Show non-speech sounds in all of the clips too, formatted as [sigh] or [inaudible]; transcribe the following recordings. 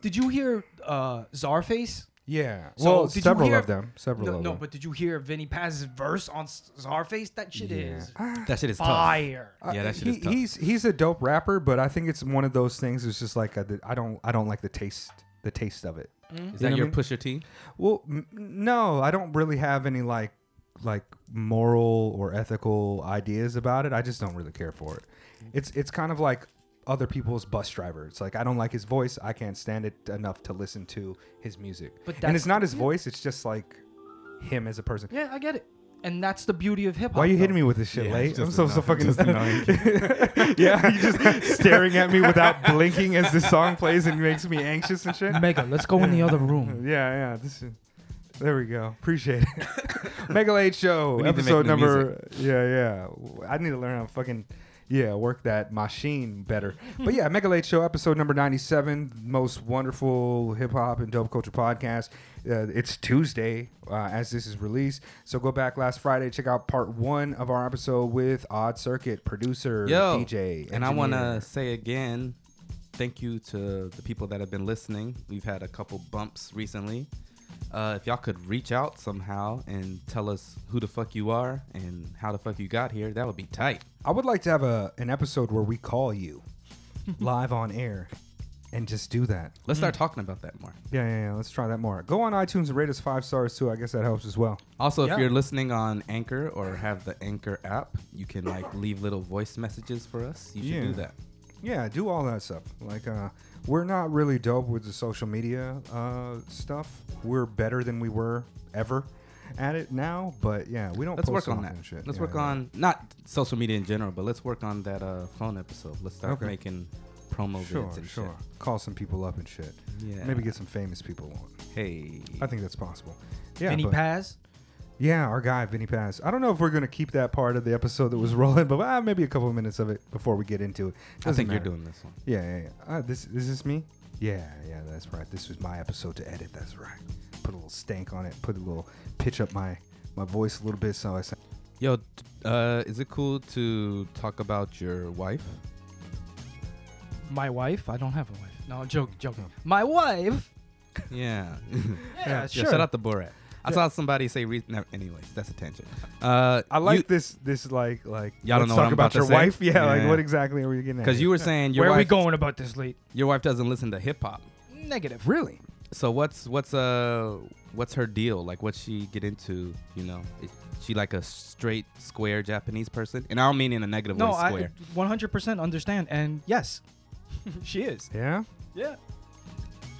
Did you hear uh, Czarface? Yeah. So, well, did you several hear- of them. Several No, of no, them. but did you hear Vinny Paz's verse on S- Czarface? That shit is Ah. That shit is tough. fire. I- Yeah, that shit he, is tough. He's he's a dope rapper, but I think it's one of those things. It's just like I, did- I don't I don't like the taste the taste of it. Mm-hmm. Is You know that what I your mean? pusher T? Well, m- no, I don't really have any like like moral or ethical ideas about it. I just don't really care for it. It's it's kind of like other people's bus driver. It's like I don't like his voice. I can't stand it enough to listen to his music. But and that's- it's not his yeah. voice. It's just like him as a person. Yeah, I get it. And that's the beauty of hip hop. Why are you hitting though. me with this shit, Yeah, late? it's I'm just so so fucking annoying. Just annoying. [laughs] yeah, you just staring at me without blinking as this song plays and makes me anxious and shit. [laughs] Mega, let's go in the other room. [laughs] Yeah, yeah. This is, there we go. Appreciate it. [laughs] Mega Late Show, We need to make episode new number. Yeah, yeah. I need to learn how to fucking yeah work that machine better. but yeah, Mega Late Show, episode number ninety-seven, most wonderful hip hop and dope culture podcast. Uh, it's Tuesday uh, as this is released, so go back last Friday, check out part one of our episode with Odd Circuit producer Yo, DJ, and I want engineer. to say again, thank you to the people that have been listening. We've had a couple bumps recently. Uh, if y'all could reach out somehow and tell us who the fuck you are and how the fuck you got here, that would be tight. I would like to have a an episode where we call [laughs] you live on air and just do that. Let's start talking about that more. Yeah, yeah, yeah. Let's try that more. Go on iTunes and rate us five stars too. I guess that helps as well. Also, Yeah. if you're listening on Anchor or have the Anchor app, you can like leave little voice messages for us. You should Yeah. do that. Yeah, do all that stuff. Like, uh, we're not really dope with the social media uh, stuff. We're better than we were ever at it now. But yeah, we don't. Let's post work on enough that. and Shit. Let's Yeah, work yeah. on not social media in general, but let's work on that uh, phone episode. Let's start Okay. making promo Sure, vids and sure. Call some people up and shit. shit. Yeah. Maybe get some famous people on. Hey. I think that's possible. Yeah, Vinny but- Paz? Yeah, our guy Vinny Paz. I don't know if we're gonna keep that part of the episode that was rolling, but uh, maybe a couple of minutes of it before we get into it. I Doesn't think matter. you're doing this one. Yeah, yeah, yeah. Uh, this is this me? Yeah, yeah, that's right. This was my episode to edit. That's right. Put a little stank on it. Put a little pitch up my my voice a little bit so I sound. Yo, t- uh, is it cool to talk about your [laughs] wife? [laughs] My wife? I don't have a wife. No, joke, joking. My wife? Yeah. Yeah, Yo, sure. shout out to Borat. I saw somebody say, re- no, anyways, that's a tangent. Uh, I like you, this. This like like. Y'all let's don't know what talk I'm about, about to your say? wife. Yeah, like Yeah. what exactly are we getting? at because here? you were saying your Where are we wife, going about this late? your wife doesn't listen to hip hop. Negative. really. So what's what's uh what's her deal? Like what's she get into? You know, is she like a straight square Japanese person? And I don't mean in a negative No, way. I Square. 100% understand. And yes, [laughs] she [laughs] is. Yeah. Yeah.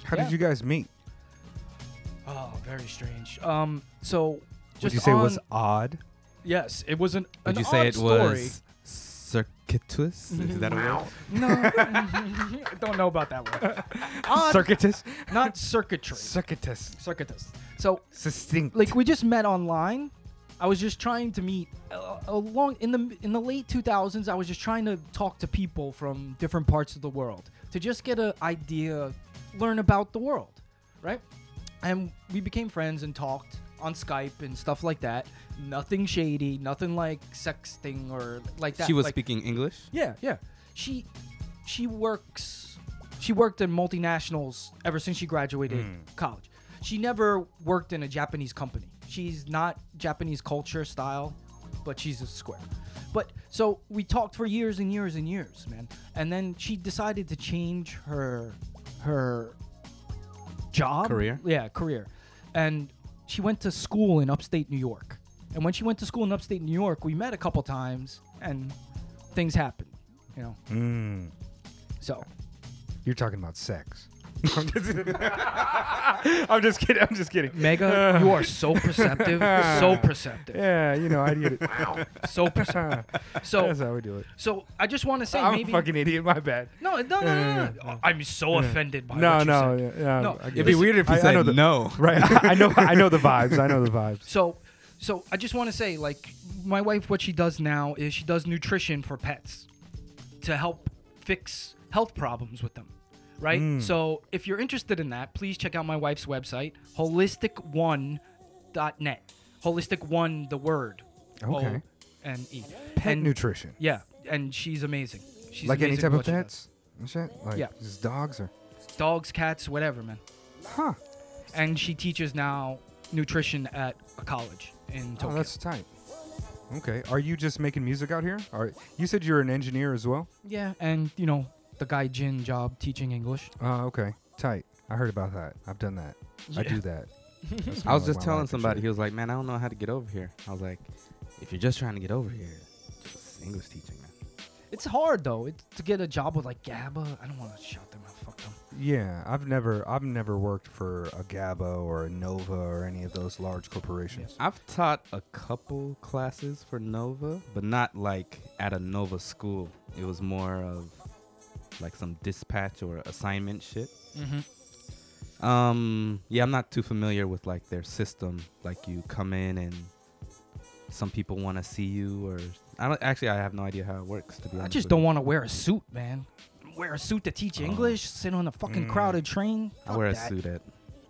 How Yeah. did you guys meet? Oh, very strange. Um, so just Would you say on, it was odd? yes, it was an. Would an you say odd it story. was circuitous? Is that a word? [laughs] No, [laughs] I [laughs] don't know about that one. Odd, Circuitous. not circuitry. Circuitous. Circuitous. So Succinct. like we just met online. I was just trying to meet uh, along in the in the late 2000s. I was just trying to talk to people from different parts of the world to just get an idea, learn about the world, right? And we became friends and talked on Skype and stuff like that. Nothing shady, nothing like sexting or like that. She was like, speaking English. yeah, yeah. She she works she worked in multinationals ever since she graduated college. She never worked in a Japanese company. She's not Japanese culture style, but she's a square. But so we talked for years and years and years, man. And then she decided to change her her job Career? Yeah, career. And she went to school in upstate New York. And when she went to school in upstate New York, we met a couple times and things happened, you know. Hmm. Mm. So You're talking about sex. I'm just, [laughs] I'm just kidding. I'm just kidding. [laughs] Mega, you are [laughs] so perceptive, so perceptive, Yeah, you know, I get it. so perceptive. [laughs] That's So how we do it. so I just want to say I'm maybe a fucking idiot. My bad. no, no, no, no, no. I'm so offended by Mm-hmm. No, what you no, said. yeah, yeah, No, I get It'd it. be weird if you I- I said know the- no. [laughs] right? I know. I know the vibes. I know the vibes. So, so I just want to say, like, my wife, what she does now is she does nutrition for pets to help fix health problems with them, right? Hmm. So, if you're interested in that, please check out my wife's website, holistic1.net. Holistic one, the word. Okay. O N E. Pet And- nutrition, Yeah, and [laughs] she's amazing. She's like any amazing type at of what she does. pets and shit. Like Yeah. just dogs or dogs, cats, whatever, man. Huh. And she teaches now nutrition at a college in Oh, Tokyo. that's tight. Okay. Are you just making music out here? Are you said you're an engineer as well? yeah, and you know the guy Jin job teaching English. Uh, okay. Tight. I heard about that. I've done that. I do [laughs] that. That's I was kinda like just my telling life and somebody, shit. he was like, man, I don't know how to get over here. I was like, if you're just trying to get over here, it's English teaching, man. It's hard though it, to get a job with like GABA. I don't want to shout them out. Fuck them. Yeah, I've never I've never worked for a GABA or a Nova or any of those large corporations. I've taught a couple classes for Nova, but not like at a Nova school. It was more of like some dispatch or assignment shit. Mm-hmm. Mm-hmm. Um, yeah, I'm not too familiar with like their system. Like you come in and some people want to see you, or I don't actually. I have no idea how it works. To be honest, I just with don't you. want to wear a suit, man. Wear a suit to teach Oh. English, sit on a fucking Mm. crowded train. I Fuck wear a that. suit at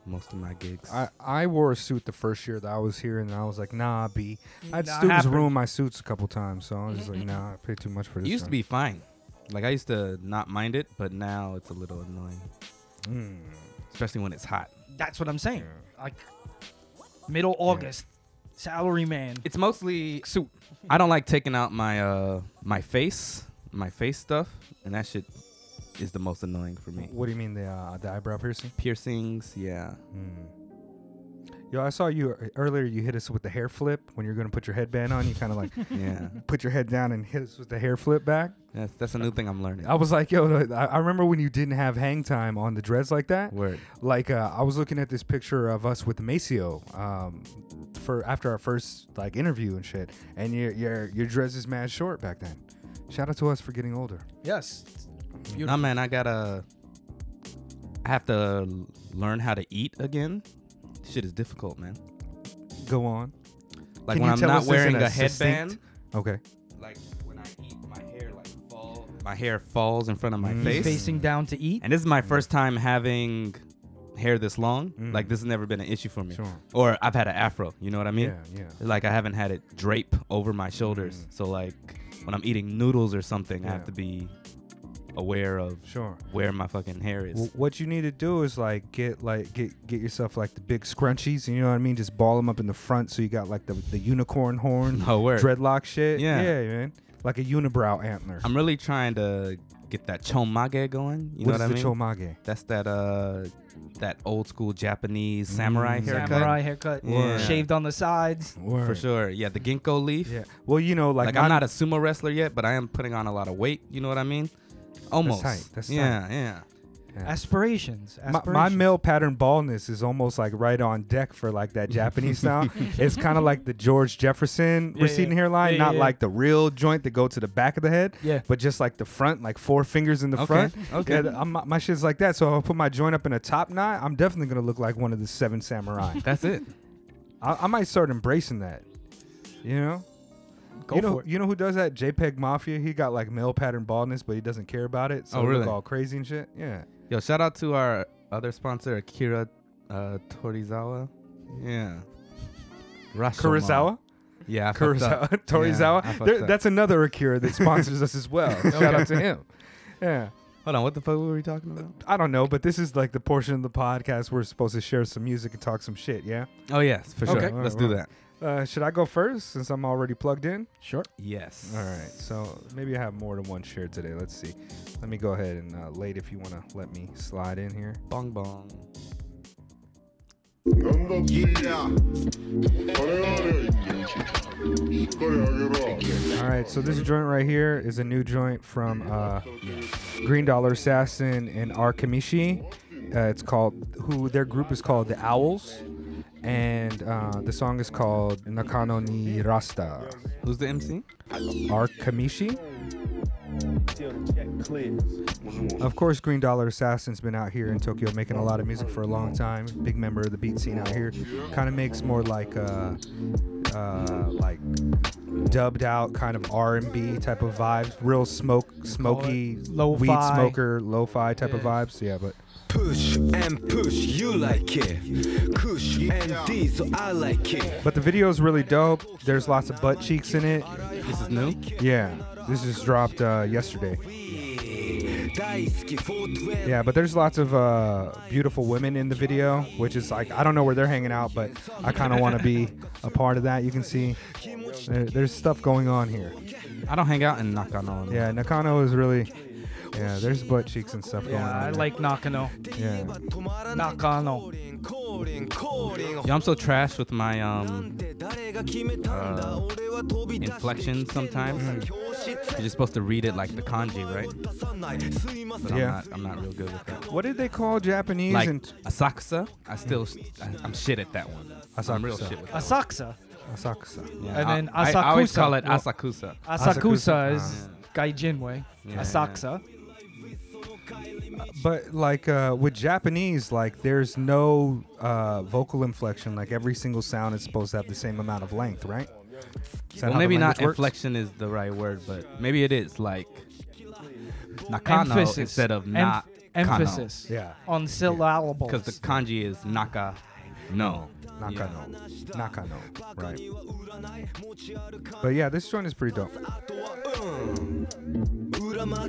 most of my gigs. I, I wore a suit the first year that I was here, and I was like, nah, B. I had Mm, Nah, students happened. ruin my suits a couple times, so I was just like, nah, I paid too much for it this. used to be fine. Like I used to not mind it, but now it's a little annoying, to be. Hmm. especially when it's hot. That's what I'm saying. Like middle August, salary man. It's mostly suit. I don't like taking out my uh my face, my face stuff, and that shit is the most annoying for me. What do you mean the uh, the eyebrow piercing? Piercings, yeah. Mm. Yo, I saw you e- earlier. You hit us with the hair flip when you're gonna put your headband on. You kind of like [laughs] Yeah. put your head down and hit us with the hair flip back. That's that's a new thing I'm learning. I was like, yo, I, I remember when you didn't have hang time on the dreads like that. Word. like uh, I was looking at this picture of us with Maceo um, for after our first like interview and shit, and your your your dress is mad short back then. Shout out to us for getting older. Yes. Beautiful. Nah, man, I gotta. I have to learn how to eat again. Shit is difficult, man. Go on. Like Can when you I'm tell not us this in wearing a a headband. succinct- Okay. Like when I eat, my hair like falls. My hair falls in front of my Mm. He's face. facing down to eat. And this is my first time having hair this long. Mm. Like this has never been an issue for me. Sure. Or I've had an afro. You know what I mean? Yeah. Yeah. Like I haven't had it drape over my shoulders. Mm. So like when I'm eating noodles or something, I Yeah. have to be aware of Sure. where my fucking hair is. W- what you need to do is like get like get get yourself like the big scrunchies. You know what I mean? Just ball them up in the front so you got like the the unicorn horn, [laughs] no word. dreadlock shit. Yeah. Yeah, man. Like a unibrow antler. I'm really trying to get that chomage going. You What know is what I mean? the chomage? That's that uh that old school Japanese samurai Mm. haircut. Samurai haircut, Yeah. shaved on the sides. For sure. Yeah, the ginkgo leaf. Yeah. Well, you know, like, Like, I'm not a sumo wrestler yet, but I am putting on a lot of weight. You know what I mean? Almost. tight, that's yeah, yeah. Aspirations. My, Aspirations. my male pattern baldness is almost like right on deck for like [laughs] that Japanese style. It's kind of like the George Jefferson Yeah, receding yeah. hairline, Yeah, not yeah, yeah. like the real joint that go to the back of the head, Yeah. but just like the front, like four fingers in the Okay, front. okay. Yeah, I'm, my shit's like that. So if I put my joint up in a top knot, I'm definitely gonna look like one of the [laughs] seven samurai. That's it. I, I might start embracing that. You know. Go you know, for it. you know who does that? JPEG Mafia. He got like male pattern baldness, but he doesn't care about it. So Oh, he look really? all crazy and shit. Yeah. Yo, shout out to our other sponsor, Akira uh, Torizawa. Yeah. Rashomon. Kurosawa. Yeah. I fucked Kurosawa, [laughs] up. Torizawa. Yeah, I fucked There- up. that's another Akira that sponsors us as [laughs] well. Shout out to him. Yeah, Hold on. What the fuck were we talking about? I don't know, but this is like the portion of the podcast we're supposed to share some music and talk some shit. Yeah, Oh yes, for sure. Okay. Let's Alright, do well. that. uh, should I go first since I'm already plugged in? Sure. Yes. All right, so maybe I have more than one share today. Let's see. Let me go ahead and uh, late if you want to let me slide in here. Bong bong. なんだっていいや金がありゃいいんだよしっかりあげろ All right, so this joint right here is a new joint from uh, Green Dollar Assassin and Arkamishi. Uh, it's called who their group is called the Owls, and uh, the song is called Nakano ni Rasta. Who's the MC? Arkamishi. till the check clears. Of course, Green Dollar Assassin's been out here in Tokyo making a lot of music for a long time. Big member of the beat scene out here. Kind of makes more like uh, uh, like dubbed out kind of R and B type of vibes. Real smoke, smoky, lo-fi. weed smoker, lo-fi type of Yeah. vibes. Yeah, but Push and push, you like it. Push and D, so I like it. but the video's really dope. There's lots of butt cheeks in it. This is new. Yeah, this just dropped uh, yesterday. 大好き412 Yeah, but there's lots of uh, beautiful women in the video, which is like I don't know where they're hanging out, but I kind of want to be a part of that. You can see there, there's stuff going on here. I don't hang out in Nakano. Yeah, Nakano is really. Yeah, there's butt cheeks and stuff going Yeah, on. I there. like Nakano. Yeah. 止まらない Nakano. 降臨降臨 Yeah, I'm so trash with my っ um て誰が決めたんだ Uh, 俺は飛び出して inflection sometimes. 教室 You're just supposed to read it like the kanji, right? 出さないすいません But Yeah. I'm not, I'm not real good with that. What did they call Japanese Like and Asakusa, I still I, I'm shit at that one. I'm real Asakusa. shit with that. Asakusa. Asakusa? one. Yeah, And I- then I, I always Asakusa. call it Well- Asakusa. Asakusa Asakusa. is Gaijin way. Yeah, Asakusa. But like uh, with Japanese, like there's no uh, vocal inflection. Like every single sound is supposed to have the same amount of length, right? Is that Well, how the maybe not language works? inflection is the right word, but maybe it is like Nakano Emphasis. instead of Emph- not emphasis. Yeah. On syllables. because the kanji is Naka. No, Nakano. Nakano. Right. But yeah, this joint is pretty dope.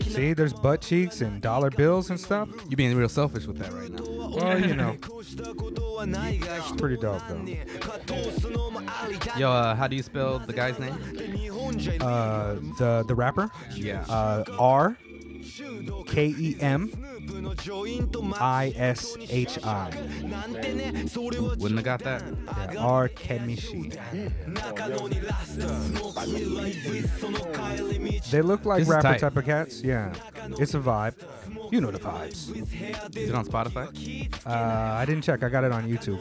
See, there's butt cheeks and dollar bills and stuff. you're being real selfish with that right now. Well, you know. Pretty dope, though. Yo, uh, how do you spell the guy's name? Uh, the, the rapper? Yeah. Uh, R K E M I S H I. Wouldn't have got that. Yeah, R Kemishi. They look like This is rapper tight. type of cats. Yeah. It's a vibe. You know the vibes. Is it on Spotify? Uh, I didn't check. I got it on YouTube.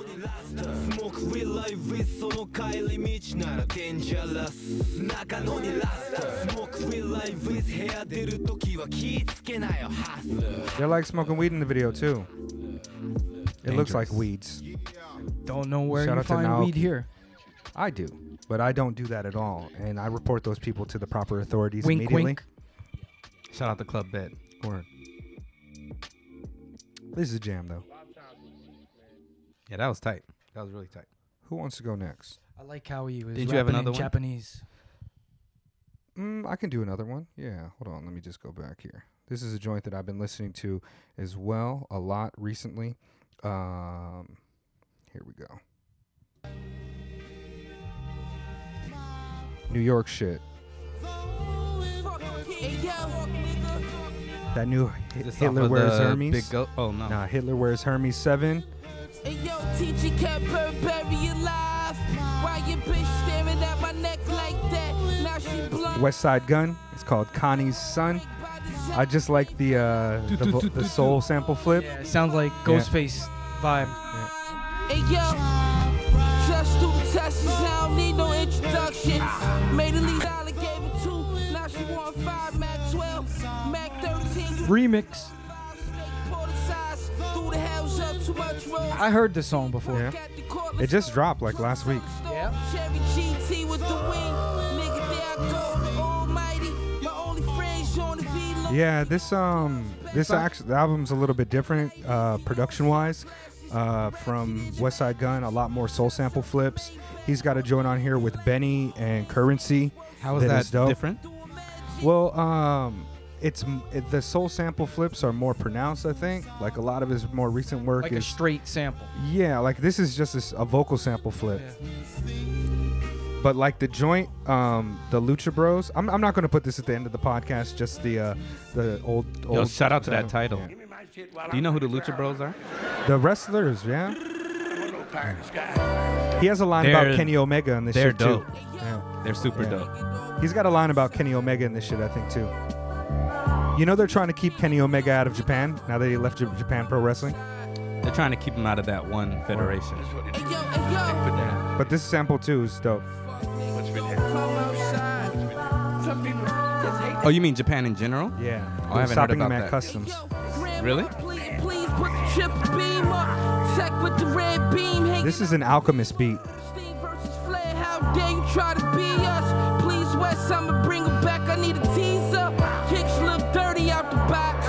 They're like smoking weed in the video too. It looks Dangerous. like weeds. Don't know where Shout you out to find Naoki. weed here. I do, but I don't do that at all, and I report those people to the proper authorities Wink, immediately. wink. Shout out to Club Bed. Word. This is a jam though. Yeah, that was tight. That was really tight. Who wants to go next? I like how he was Didn't rapping you have in another one? Japanese. Mm, I can do another one. Yeah, hold on. Let me just go back here. This is a joint that I've been listening to as well a lot recently. Um, here we go. New York shit. That new Hi- Is this off Hitler of wears the Hermes. Big Go- oh no. Nah, Hitler wears Hermes seven. And yo, teacher kept her bury alive. Why your bitch staring at my neck like that? Now she blind. West Side Gun. It's called Connie's Son. I just like the uh, the, vo- [laughs] the soul sample flip. Yeah, it sounds like Ghostface vibe. Hey yo, just do tests, I don't need no introduction. Made a lead dollar, gave it two. Now she want five, Mac 12, Mac 13. You Remix. snake porter size, threw the hells up too much road. I heard this song before. Yeah. It just dropped like last week. Yeah. Cherry GT with the wing. Nigga, there I go. The almighty. My only friends on the V-Lo. Yeah, this um this actually the album's a little bit different uh, production wise uh, from West Side Gun. A lot more soul sample flips. He's got a joint on here with Benny and Currency. How is that, dope. different? Well, um, it's m- it, the soul sample flips are more pronounced. I think like a lot of his more recent work Like a is straight sample. yeah, like this is just a s- a, vocal sample flip. Yeah. But like the joint, um, the Lucha Bros. I'm, I'm not gonna put this at the end of the podcast. Just the uh, the old old. Yo, shout out to [laughs] that title. Yeah. Do you know who the Lucha Bros are? The wrestlers, yeah. He has a line They're- about Kenny Omega in this they're shit dope. too. Yeah. They're super Yeah. dope. He's got a line about Kenny Omega in this shit, I think too. You know they're trying to keep Kenny Omega out of Japan now that he left J- Japan Pro Wrestling. They're trying to keep him out of that one federation. Hey, yo, hey, yo. But this sample too is dope. Come outside. Oh, you mean Japan in general? Oh, Yeah. I haven't stopping heard him about at that. customs. Grandma, Really? Please, please put the triple beam up. Check with the red beam. Hey, This is an Alchemist beat. Steve versus Flair, how dare you try to be us? Please, West, I'ma bring her back. I need a teaser. Kicks look dirty out the box.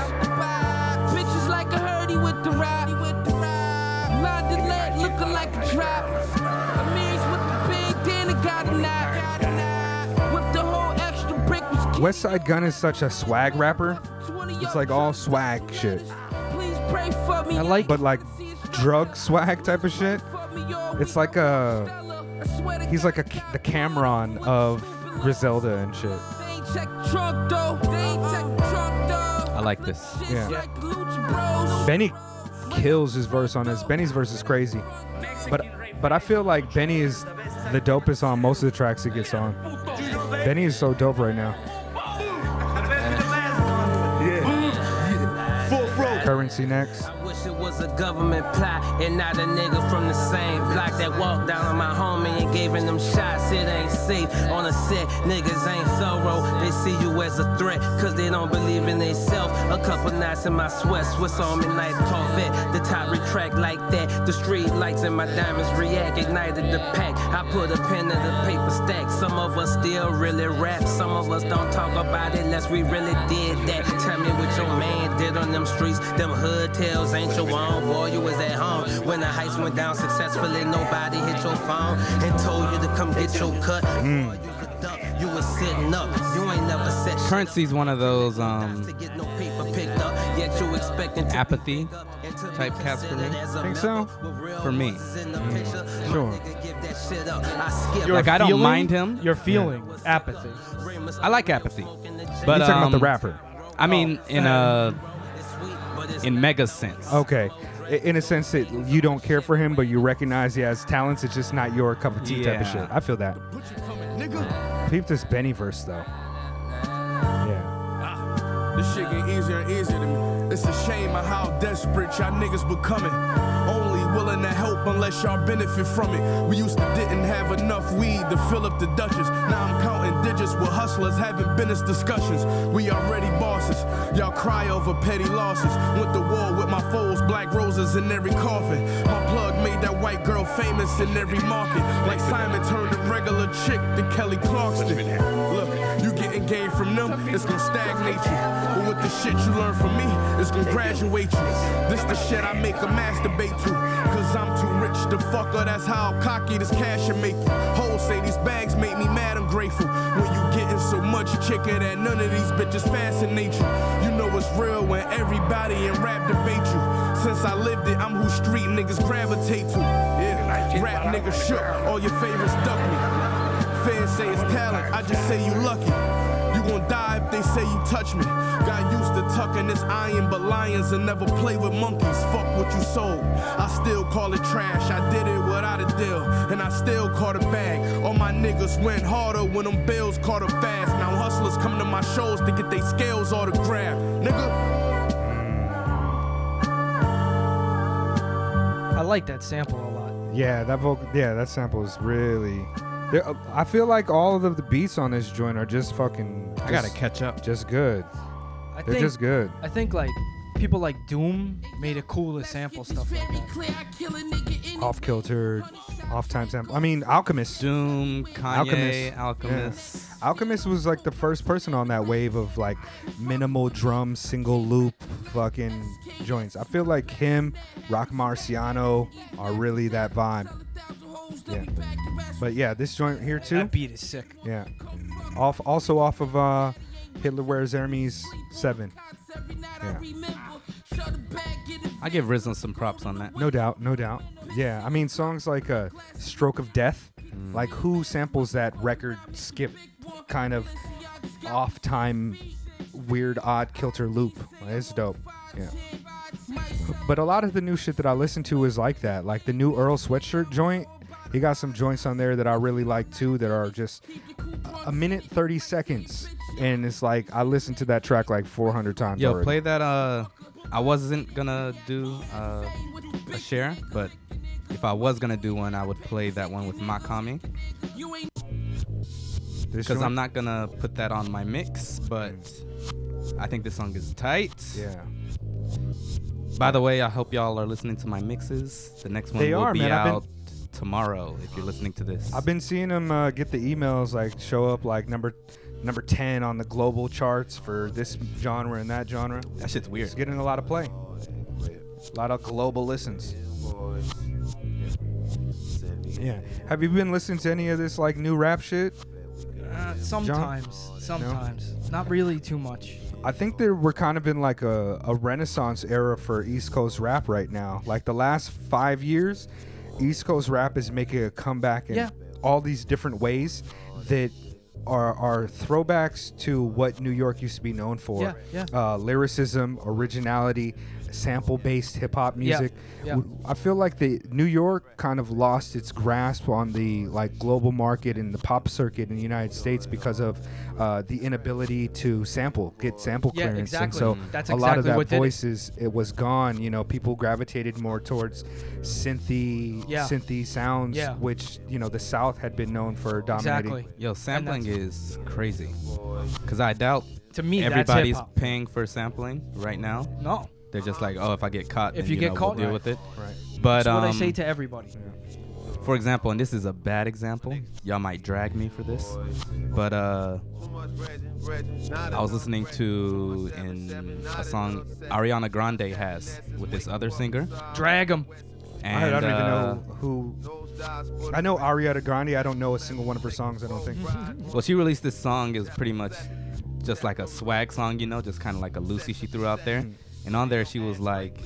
Bitches like a hurdy with the rap. London leg looking like a trap. Amir's with the big dinner, got a knot. With the whole extra brick was West Side Gun is such a swag rapper. It's like all swag shit. Please pray for me. I like- But like drug swag type of shit. It's like a. He's like a the Cameron of Griselda and shit. I I like this. Yeah. Benny kills his verse on this. Benny's verse is crazy. But but I feel like Benny is the dopest on most of the tracks he gets on. Benny is so dope right now. Currency next. Mm. I wish it was a government plot and not a nigga from the same block that walked down on my homie and gave him them shots. It ain't safe on a set. Niggas ain't thorough. They see you as a threat cause they don't believe in themselves. A couple nights in my sweat, Swiss Army knife Corvette. The top retract like that. The street lights and my diamonds react. Ignited the pack. I put a pen in the paper stack. Some of us still really rap. Some of us don't talk about it unless we really did that. Tell me what your man did on them streets. Them hood tales ain't your own. Boy, you was at home. When the heist went down successfully, nobody hit your phone and told you to come get your cut. Boy, you was a duck. You was sitting up. You ain't never set shit Currency's one of those to um, get no paper picked up. Yet you expecting to apathy type cats for me. Think so? For me. Mm. Sure. Like I don't mind him. You're feeling apathy. I like apathy, but You're talking um, about the rapper. Oh. I mean, in a in mega sense. Okay. I- In a sense that you don't care for him, but you recognize he has talents. It's just not your cup of tea type of Yeah. shit. I feel that. Peep this Benny verse though. Yeah. This shit get easier and easier to me. It's a shame of how desperate y'all niggas becoming. Only willing to help unless y'all benefit from it. We used to didn't have enough weed to fill up the Duchess. Now I'm counting digits with hustlers having business discussions. We already bosses. Y'all cry over petty losses. Went to war with my foes, black roses in every coffin. My plug made that white girl famous in every market. Like Simon turned a regular chick to Kelly Clarkson. Look, you getting game from them, it's gonna stagnate you. But with the shit you learn from me, it's gonna graduate you. This the shit I make a masturbate to. Cause I'm too rich to fuck her, that's how cocky this cash should make you. Hoes say these bags make me mad, I'm grateful. When you getting so much chicken that none of these bitches fascinate you. You know it's real when everybody in rap debate you. Since I lived it, I'm who street niggas gravitate to. Yeah, rap niggas shook, all your favorites duck me. Fans say it's talent, I just say you lucky. You gon' die if they say you touch me. Got used to tucking this iron, but lions and never play with monkeys. Fuck what you sold. I still call it trash. I did it without a deal, and I still caught a bag. All my niggas went harder when them bills caught up fast. Now hustlers come to my shows to get they scales autographed. Nigga, I like that sample a lot. Yeah, that vocal. Yeah, that sample is really. There, I feel like all of the beats on this joint are just fucking. I gotta just- catch up. Just good. I They're think, just good. I think like people like Doom made it cool to sample stuff like that. Off kilter, off time sample. I mean, Alchemist. Doom, Alchemist. Kanye, Alchemist. Yeah. Alchemist was like the first person on that wave of like minimal drum, single loop, fucking joints. I feel like him, Rock Marciano, are really that vibe. Yeah. But yeah, this joint here too. That beat is sick. Yeah. Off also off of uh Hitler Wears Hermes 7. Yeah. I give RZA some props on that. No doubt, no doubt. Yeah, I mean songs like uh Stroke of Death, like who samples that record skip kind of off time weird odd kilter loop. It's dope. Yeah. But a lot of the new shit that I listen to is like that. Like the new Earl sweatshirt joint. He got some joints on there that I really like too that are just a minute 30 seconds. And it's like I listened to that track like 400 times. Yo, already. play that. Uh, I wasn't gonna do uh, a share, but if I was gonna do one, I would play that one with Makami This because joint- I'm not gonna put that on my mix. But I think this song is tight. Mm. Yeah. By the way, I hope y'all are listening to my mixes. The next one They will are, be man. I've been- out tomorrow. If you're listening to this, I've been seeing him uh, get the emails like show up like number number 10 on the global charts for this genre and that genre. that shit's weird. It's getting a lot of play. A lot of global listens. Yeah. Have you been listening to any of this like new rap shit? Uh, sometimes, sometimes, not really too much. I think that we're kind of in like a, a renaissance era for East Coast rap right now. Like the last five years, East Coast rap is making a comeback in Yeah. all these different ways that are, are throwbacks to what New York used to be known for Yeah, yeah. Uh, lyricism, originality, sample based hip hop music. yeah. W- I feel like the New York kind of lost its grasp on the like global market and the pop circuit in the United States because of uh, the inability to sample, get sample Yeah, clearance, and exactly. so Mm. That's a lot of exactly that what did it. voices it was gone. You know, people gravitated more towards synthy, Yeah. synthy sounds, Yeah. which you know the South had been known for dominating. Exactly. Yo, sampling that's- is crazy. Cause I doubt To me, that's everybody's hip-hop. paying for sampling right now. No. They're just like, oh, if I get caught, If then, you get know, caught, we'll deal right. with it. Right. But That's what I um, say to everybody. for example, and this is a bad example. Y'all might drag me for this, but uh, I was listening to in a song Ariana Grande has with this other singer, Drag them. and I, I don't even uh, know who. I know Ariana Grande. I don't know a single one of her songs. I don't think. Mm-hmm. Well, she released this song is pretty much just like a swag song, you know, just kind of like a Lucy she threw out there. And on there, she was like,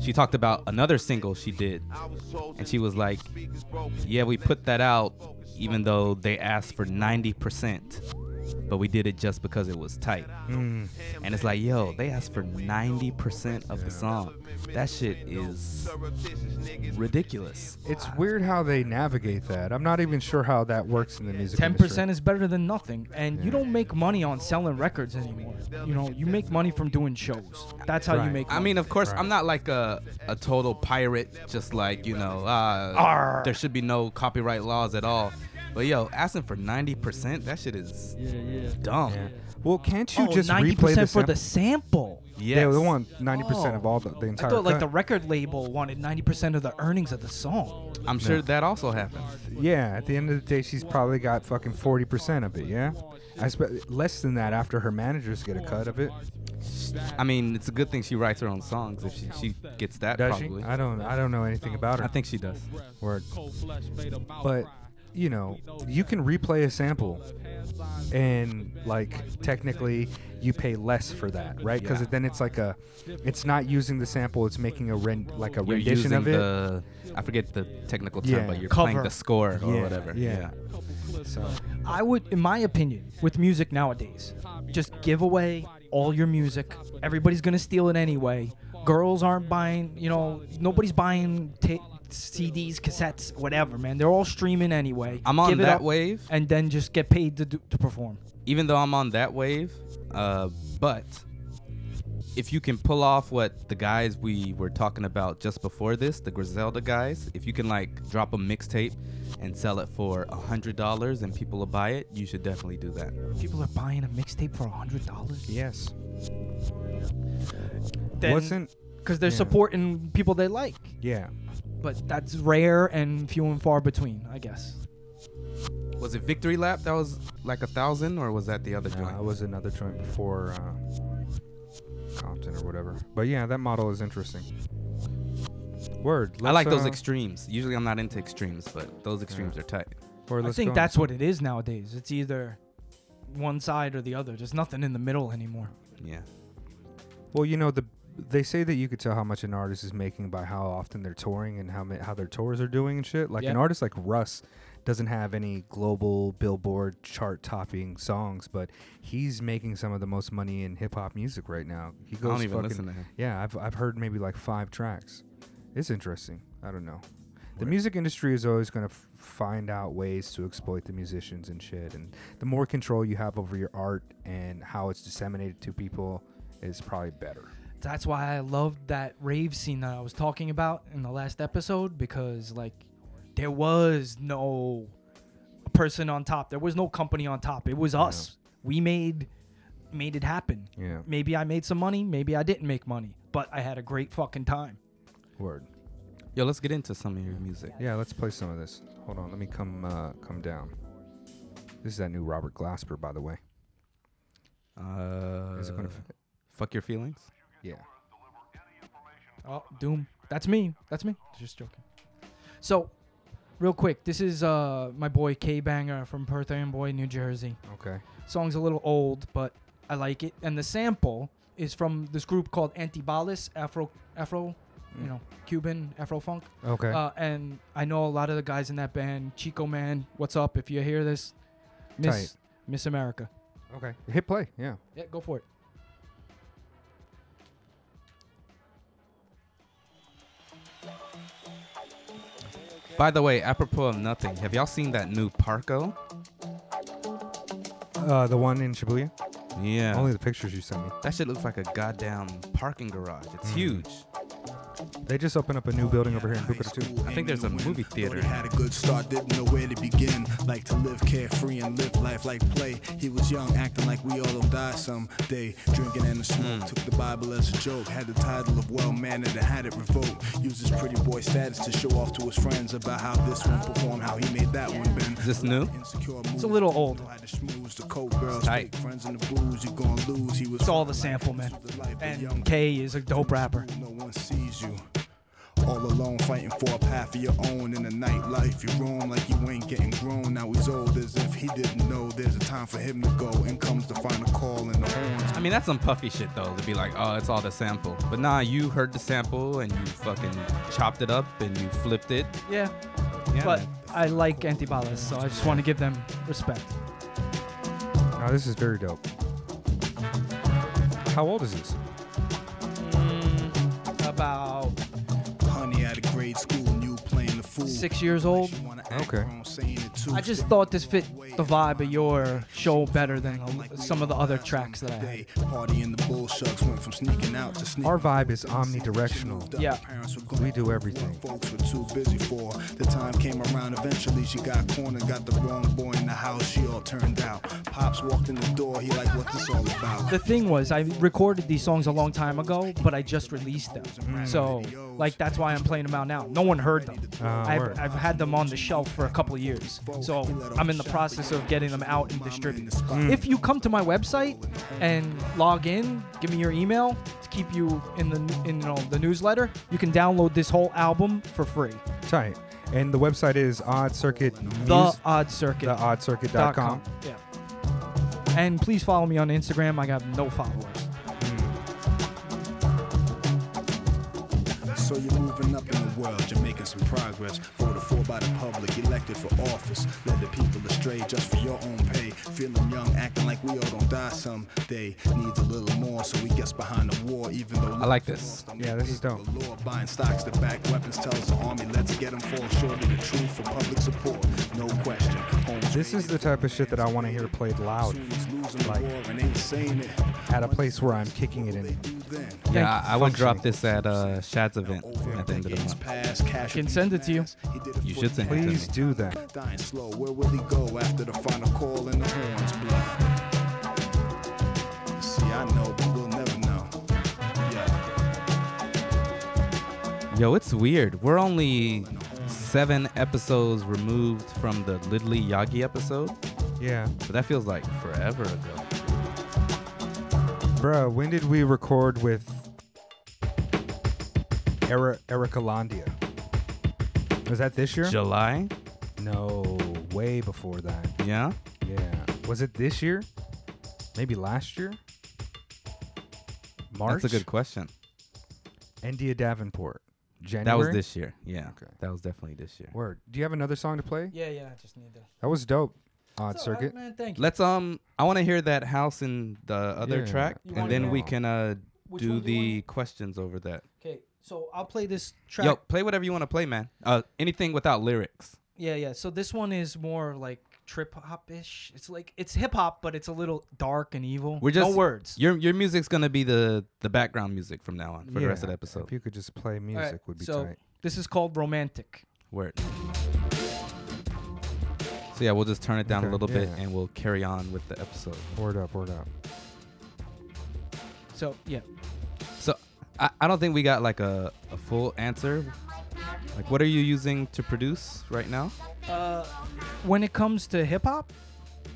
she talked about another single she did, and she was like, yeah, we put that out even though they asked for 90%, but we did it just because it was tight. And it's like, yo, they asked for 90% of the song. That shit is ridiculous. It's weird how they navigate that. I'm not even sure how that works in the music. Ten industry. percent is better than nothing, and you don't make money on selling records anymore. You know, you make money from doing shows. That's how you Right. make. Money. I mean, of course, I'm not like a, a total pirate, just like, you know, uh, Arr. there should be no copyright laws at all. But yo, asking for 90%, that shit is dumb. Yeah. Well, can't you just Oh, ninety replay the percent for sample? the sample. Yeah, they want ninety percent of Oh. all the, the I entire. thought like the cut. record label wanted ninety percent of the earnings of the song. I'm sure that also happened. yeah, at the end of the day, she's probably got fucking forty percent of it. Yeah, I spe- less than that after her managers get a cut of it. I mean, it's a good thing she writes her own songs if she, she gets that, Does probably. she? I don't. I don't know anything about her. I think she does. Word. But you know, you can replay a sample, and like technically, you pay less for that, right? Because Yeah. then it's like a, it's not using the sample; it's making a rend like a You're rendition using of it. the, I forget the technical term, Yeah. but you're Cover. playing the score or Yeah, whatever. yeah. Yeah. so I would, in my opinion, with music nowadays, just give away all your music. Everybody's gonna steal it anyway. Girls aren't buying, you know, nobody's buying ta- CDs, cassettes, whatever, man. They're all streaming anyway. I'm on Give it that up wave. and then just get paid to do, to perform. even though I'm on that wave, uh, but if you can pull off what the guys we were talking about just before this, the Griselda guys, if you can like drop a mixtape and sell it for a hundred dollars and people will buy it, you should definitely do that. People are buying a mixtape for hundred dollars. yes, wasn't because they're yeah. supporting people they like, yeah. but that's rare and few and far between, I guess. Was it Victory Lap that was like a thousand, or was that the other No, joint? it was another joint before uh, Compton or whatever. But yeah, that model is interesting. Word. I like let's, those uh, extremes. Usually I'm not into extremes, but those extremes are tight. word, I let's go think on. that's what it is nowadays. It's either one side or the other. There's nothing in the middle anymore. Yeah. Well, you know the they say that you could tell how much an artist is making by how often they're touring and how ma- how their tours are doing and shit. Like an Yeah. artist like Russ doesn't have any global Billboard chart topping songs, but he's making some of the most money in hip hop music right now. He don't even listen to him. Yeah, I've I've heard maybe like five tracks. It's interesting. I don't know. The music industry is always going to f- find out ways to exploit the musicians and shit. And the more control you have over your art and how it's disseminated to people is probably better. That's why I loved that rave scene that I was talking about in the last episode because like there was no person on top. There was no company on top. It was us. We made made it happen. Yeah. Maybe I made some money, maybe I didn't make money, but I had a great fucking time. Word. Yo, let's get into some of your music. Yeah, let's play some of this. Hold on, let me come uh, come down. This is that new Robert Glasper, by the way. Uh, Is it gonna fit? fuck your feelings? Yeah. Oh, Doom. That's me. That's me. Just joking. So, real quick, this is uh my boy K Banger from Perth Amboy, New Jersey. Okay. Song's a little old, but I like it. And the sample is from this group called Antibalas, Afro, Afro, you know, Cuban Afro funk. Mm. Okay. Uh, and I know a lot of the guys in that band. Chico Man, what's up? If you hear this, Miss Tight. Miss America. okay. Hit play. Yeah. Yeah, go for it. By the way, apropos of nothing, have y'all seen that new Parco? Uh, the one in Shibuya. Yeah. Only the pictures you sent me. that shit looks like a goddamn parking garage. It's huge. Mm. They just opened up a new building over here in Bucharest too. I think there's a movie theater. Thought he had a good start, didn't know where to begin. Like to live carefree and live life like play. He was young, acting like we all'll die someday. Drinking and the Hmm. smoke, took the Bible as a joke. Had the title of well mannered and had it revoked. Used his pretty boy status to show off to his friends about how this one performed, how he made that one bend. Is this new? It's a little old. It's tight. Friends in the booze, you gonna lose. He was It's all the sample, man. And K is a dope rapper. no one sees you. All alone, fighting for a path of your own in the nightlife. You roam like you ain't getting grown. Now he's old as if he didn't know there's a time for him to go. And comes to find a call in the horns. I mean, that's some puffy shit though. To be like, oh, it's all the sample. But nah, you heard the sample and you fucking chopped it up and you flipped it. Yeah, Yeah, but man. I like Antibalas, so I just want to give them respect. Oh, this is very dope. How old is this? About Honey out of grade school, and you playing the fool. six years old. You wanna act Okay. grown, saying it too. I just thought this fit the vibe of your show better than Like we some of the all other last tracks on that I the had. day. Party in the bull shucks went from sneaking out to sneaking Our vibe is Moved omnidirectional. up, Yeah. parents were gone, We do everything. Folks were too busy for. her. The time came around. Eventually, she got cornered, got the wrong boy in the house. She all turned out. Pops walked in the door. He like, what this all about? The thing was, I recorded these songs a long time ago, but I just released them. So, like, that's why I'm playing them out now. No one heard them. Ah, word. I've, I've had them on the shelf for a couple of years. So, I'm in the process of getting them out and distributed. Hmm. If you come to my website and log in, give me your email to keep you in the in you know, the newsletter, you can download this whole album for free. Tight. And the website is Odd Circuit. The Mus- Odd Circuit. the Odd Circuit dot dot com. com. Yeah. And please follow me on Instagram. I got no followers. So you're moving up in the world. You're making some progress. Voted for by the public. Elected for office. Led the people astray just for your own pay. Feeling young, acting like we all gonna die someday. Needs a little more, so we guess behind the war. Even though I like this. Yeah, this is dope. The Lord buying stocks to back weapons tells the army, let's get them fall short of the truth for public support. No question. Homes This is the type of shit that I want to hear played loud like- at a place where I'm kicking it in. Yeah, I, I would drop Functioning. this at uh, Shad's event at the end of the month. Can send it to you. You should send it to me. Please do that. Dying slow, where will he go after the final call and the horns blow? See, I know, but we'll never know. Yeah. Yo, it's weird. We're only seven episodes removed from the Lidley Yagi episode, Yeah. but that feels like forever ago. Bruh, when did we record with Era Erica Landia? Was that this year? July? no, way before that. Yeah. Yeah. Was it this year? Maybe last year? March? That's a good question. India Davenport. January. That was this year. Yeah. Okay. That was definitely this year. Word. Do you have another song to play? Yeah, yeah. I just need to. That was dope. Odd It's all right, Circuit. man, thank you. Let's um I want to hear that house and the other Yeah. track You and wanna then go- we can uh Which do one do you the questions over that. Okay, so I'll play this track. Yo, play whatever you want to play, man. Uh anything without lyrics. Yeah, yeah. So this one is more like trip hop ish. It's like it's hip hop, but it's a little dark and evil. We're just Mm. no words. Your your music's going to be the the background music from now on for the rest of the Yeah, episode. If you could just play All right, music, would be so tight. this is called romantic. Word. So yeah, we'll just turn it down a Okay, little bit yeah. and we'll carry on with the episode. Word up, word up. So yeah, So I, I don't think we got like a, a full answer. Like what are you using to produce right now? when it comes to hip hop,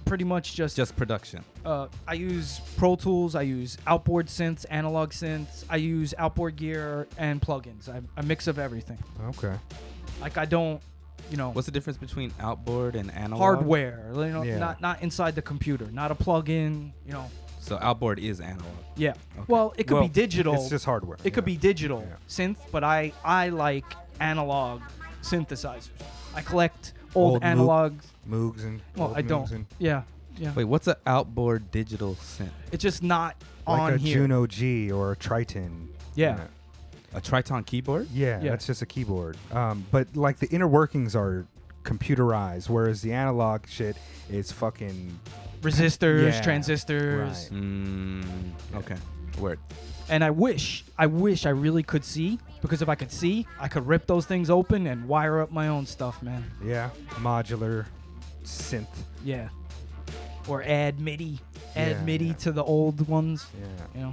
pretty much just Just production. uh, I use Pro Tools, I use outboard synths, analog synths, I use outboard gear and plugins. I, a mix of everything. Okay. Like I don't, you know, What's the difference between outboard and analog? Oh. hardware. You know, Yeah. not not inside the computer, not a plug-in. You know, So outboard is analog. Yeah. Well, it could Well, be digital. it's just hardware, It could be digital synth, but I I like analog synthesizers. I collect old, Old Moog- analog Moogs and Well, old I don't. Moogs and- yeah. Yeah. Wait, what's an outboard digital synth? It's just not on like a here. Juno G or a Triton. Yeah. A Triton keyboard? Yeah, Yeah. that's just a keyboard. Um, but like the inner workings are computerized, whereas the analog shit is fucking Resistors, Yeah, transistors. right. Mm, okay. Word. And I wish, I wish I really could see because if I could see, I could rip those things open and wire up my own stuff, man. Yeah, modular synth. Yeah. Or add MIDI, add Yeah, MIDI to the old ones. Yeah. You know.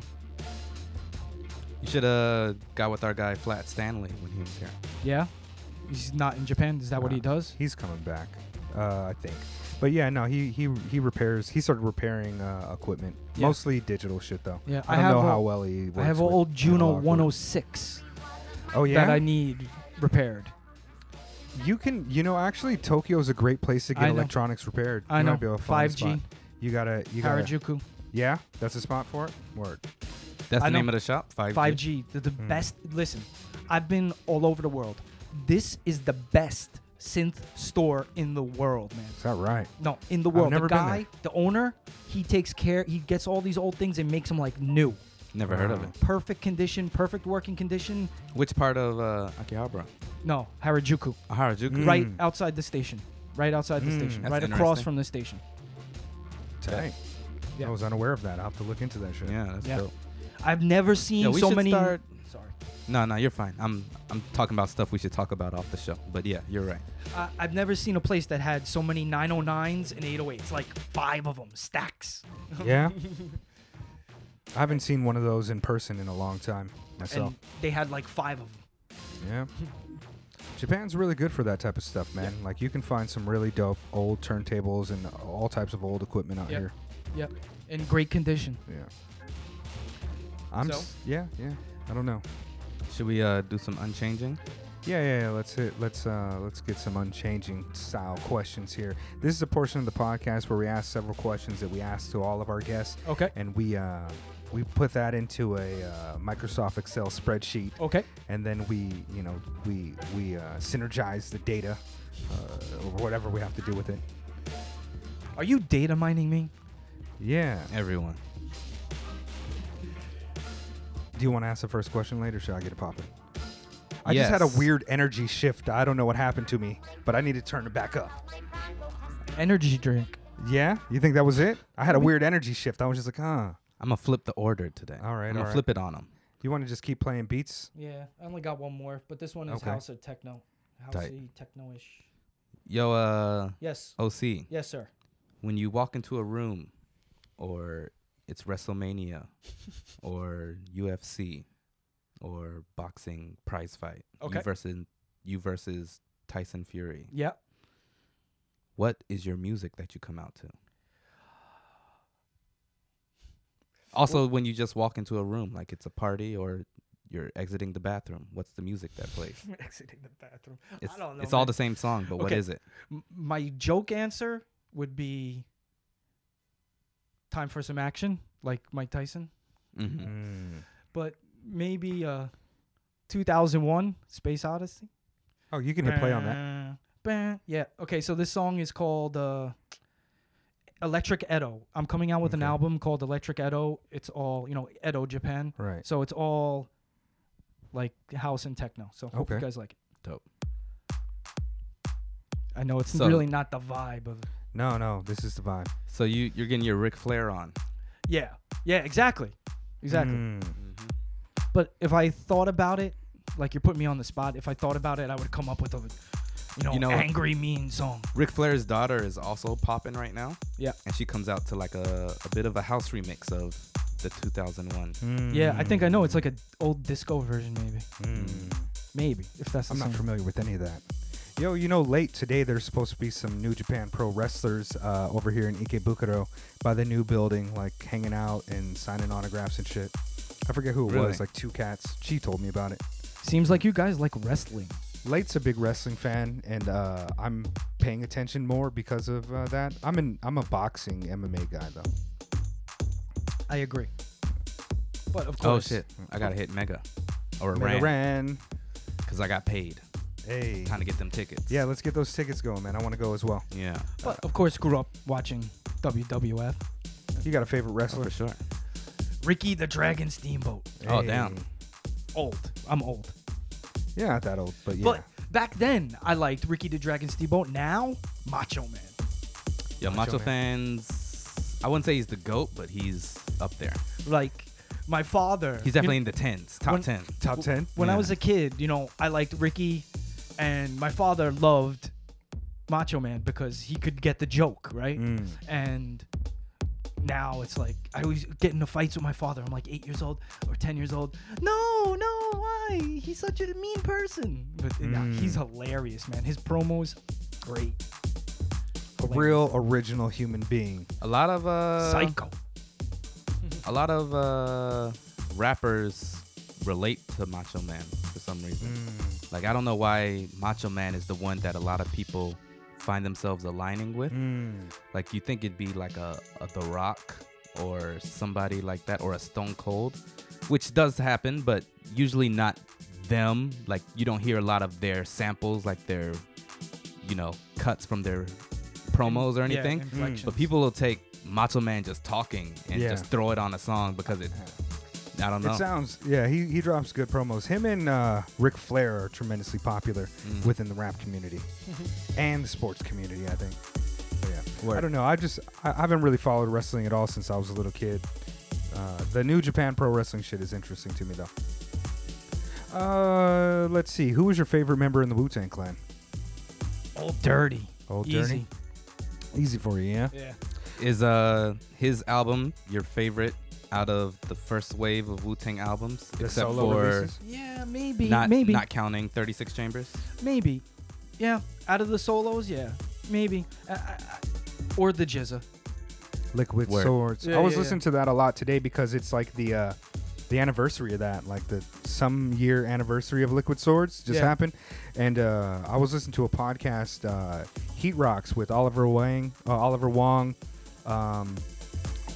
You should uh got with our guy Flat Stanley when he was here. Yeah. He's not in Japan. Is that what No, he does? He's coming back, uh, I think. But yeah, no, he he he repairs. He started repairing uh, equipment, Yeah. mostly digital shit though. Yeah, I, I don't have know a- how well he. Works I have an with old Juno analog work. 106 Oh yeah, that I need repaired. You can, you know, actually, Tokyo's a great place to I get know. electronics repaired. I You know. might be able to find a 5G. spot. You gotta, you gotta. Harajuku. Yeah, that's a spot for it. Word. Hmm. That's I the name know. of the shop. Hmm. 5G. 5G. The, the best. Listen, I've been all over the world. This is the best synth store in the world, man. Is that right? No, in the I've world. never the been guy, the owner, he takes care. He gets all these old things and makes them like new. Never heard of it. Perfect condition, perfect working condition. Which part of uh, Akihabara? No, Harajuku. Uh, Harajuku. Mm. Right outside the station. Right outside the station. Mm, That's Right across interesting. from the station. Dang. Yeah. I was unaware of that. I'll have to look into that shit. Yeah, that's Yeah. dope. I've never seen Yeah, we so should many. start- Sorry. No, no, you're fine. I'm I'm talking about stuff we should talk about off the show. But yeah, you're right. I, I've never seen a place that had so many 909s and 808s, like five of them, stacks. [laughs] Yeah. I haven't seen one of those in person in a long time myself. And they had like five of them. yeah. Japan's really good for that type of stuff, man. Like you can find some really dope old turntables and all types of old equipment out Yep. here. Yep. In great condition. Yeah. I'm So? s- yeah, yeah. I don't know. Should we uh, do some unchanging? Yeah, yeah, yeah. Let's hit, let's uh, let's get some unchanging style questions here. This is a portion of the podcast where we ask several questions that we ask to all of our guests. Okay. And we uh, we put that into a uh, Microsoft Excel spreadsheet. Okay. And then we you know we we uh, synergize the data uh, or whatever we have to do with it. Are you data mining me? Yeah. Everyone. Do you want to ask the first question later? Or should I get it popping? I just had a Yes. weird energy shift. I don't know what happened to me, but I need to turn it back up. Energy drink. Yeah, you think that was it? I had a weird energy shift. I was just like, huh. I'm gonna flip the order today. All right, I'm all gonna right. flip it on them. You want to just keep playing beats? Yeah, I only got one more, but this one is Okay. house of techno. Housey, Tight. techno-ish. Yo, uh, Yes. OC. Yes, sir. when you walk into a room or it's [laughs] WrestleMania or UFC or boxing prize fight. Okay. You versus you versus Tyson Fury. Yep. What is your music that you come [sighs] out to? Also, when you just walk into a room, like it's a party or you're exiting the bathroom, what's the music that plays? [laughs] Exiting the bathroom. It's, I don't know. it's all the same song, but what Okay. is it? M- my joke answer would be time for some action, like Mike Tyson. hmm Mm-hmm. But maybe uh 2001 Space Odyssey. Oh, you can hit play on that. Bah, bah. Yeah. Okay, so this song is called uh Electric Edo. I'm coming out with an Okay. album called Electric Edo. It's all, you know, Edo Japan. Right. So it's all like house and techno. So hope you Okay. guys like it. Dope. I know it's So- really not the vibe of No, no, this is the vibe. So you, you're getting your Ric Flair on. Yeah. Yeah, exactly. Exactly. Mm-hmm. Mm. But if I thought about it, like you're putting me on the spot, if I thought about it, I would come up with a you know, You know- angry mean song. Ric Flair's daughter is also popping right now. Yeah. and she comes out to like a, a bit of a house remix of the 2001. Hmm. Yeah, I think I know it's like an old disco version maybe. Mm. Maybe if that's the I'm not same. familiar with any of that. Yo, you know, late today there's supposed to be some New Japan Pro wrestlers uh, over here in Ikebukuro by the new building, like hanging out and signing autographs and shit. I forget who it Really? was, like two cats. She told me about it. Seems like you guys like wrestling. Late's a big wrestling fan, and uh, I'm paying attention more because of uh, that. I'm an I'm a boxing MMA guy though. I agree. But of Oh course, shit! I gotta hit Mega or Mega Ran Ran. because I got paid. Hey. Time to get them tickets. Yeah, let's get those tickets going, man. I want to go as well. Yeah. But of course, grew up watching WWF. You got a favorite wrestler? Oh, for sure. Ricky the Dragon Steamboat. Oh Hey. damn. Old. I'm old. Yeah, not that old, but yeah. But back then, I liked Ricky the Dragon Steamboat. Now, Macho Man. Yeah, Macho, Macho fans. I wouldn't say he's the goat, but he's up there. Like my father. He's you definitely in the tens, top when- ten. Top ten. when I Yeah. was a kid, you know, I liked Ricky, and my father loved Macho Man because he could get the joke, right? Mm. And now it's like I always get into fights with my father. I'm like eight years old or ten years old. No, no, why? He's such a mean person. But uh, Mm. he's hilarious, man. His promos, great. A Hilarious. real original human being. A lot of uh, psycho. [laughs] a lot of uh, rappers relate to Macho Man for some reason. Mm. Like I don't know why Macho Man is the one that a lot of people find themselves aligning with. Mm. Like you think it'd be like a, a The Rock or somebody like that or a Stone Cold, which does happen, but usually not them. Like you don't hear a lot of their samples, like their you know cuts from their promos or Yeah, anything. inflections. But people will take Macho Man just talking and Yeah. just throw it on a song because it. I don't know. It sounds yeah. He, he drops good promos. Him and uh, Ric Flair are tremendously popular Mm. within the rap community [laughs] and the sports community. I think. So, yeah. I Word. don't know. I just I, I haven't really followed wrestling at all since I was a little kid. Uh, the new Japan Pro Wrestling shit is interesting to me though. Uh, let's see. Who was your favorite member in the Wu Tang Clan? Old dirty. Old Easy. Dirty? Easy for you, yeah. Yeah. is uh his album your favorite out of the first wave of Wu Tang albums, The except solo for releases? Yeah, maybe. not maybe. not counting Thirty Six Chambers. Maybe. Yeah. Out of the solos, yeah. Maybe. I, I, I- or the Jizza. Liquid Word. Swords. Yeah, I was yeah, yeah. listening to that a lot today because it's like the uh, the anniversary of that, like the some year anniversary of Liquid Swords just Yeah. happened, and uh, I was listening to a podcast, uh, Heat Rocks, with Oliver Wang, uh, Oliver Wong. Um,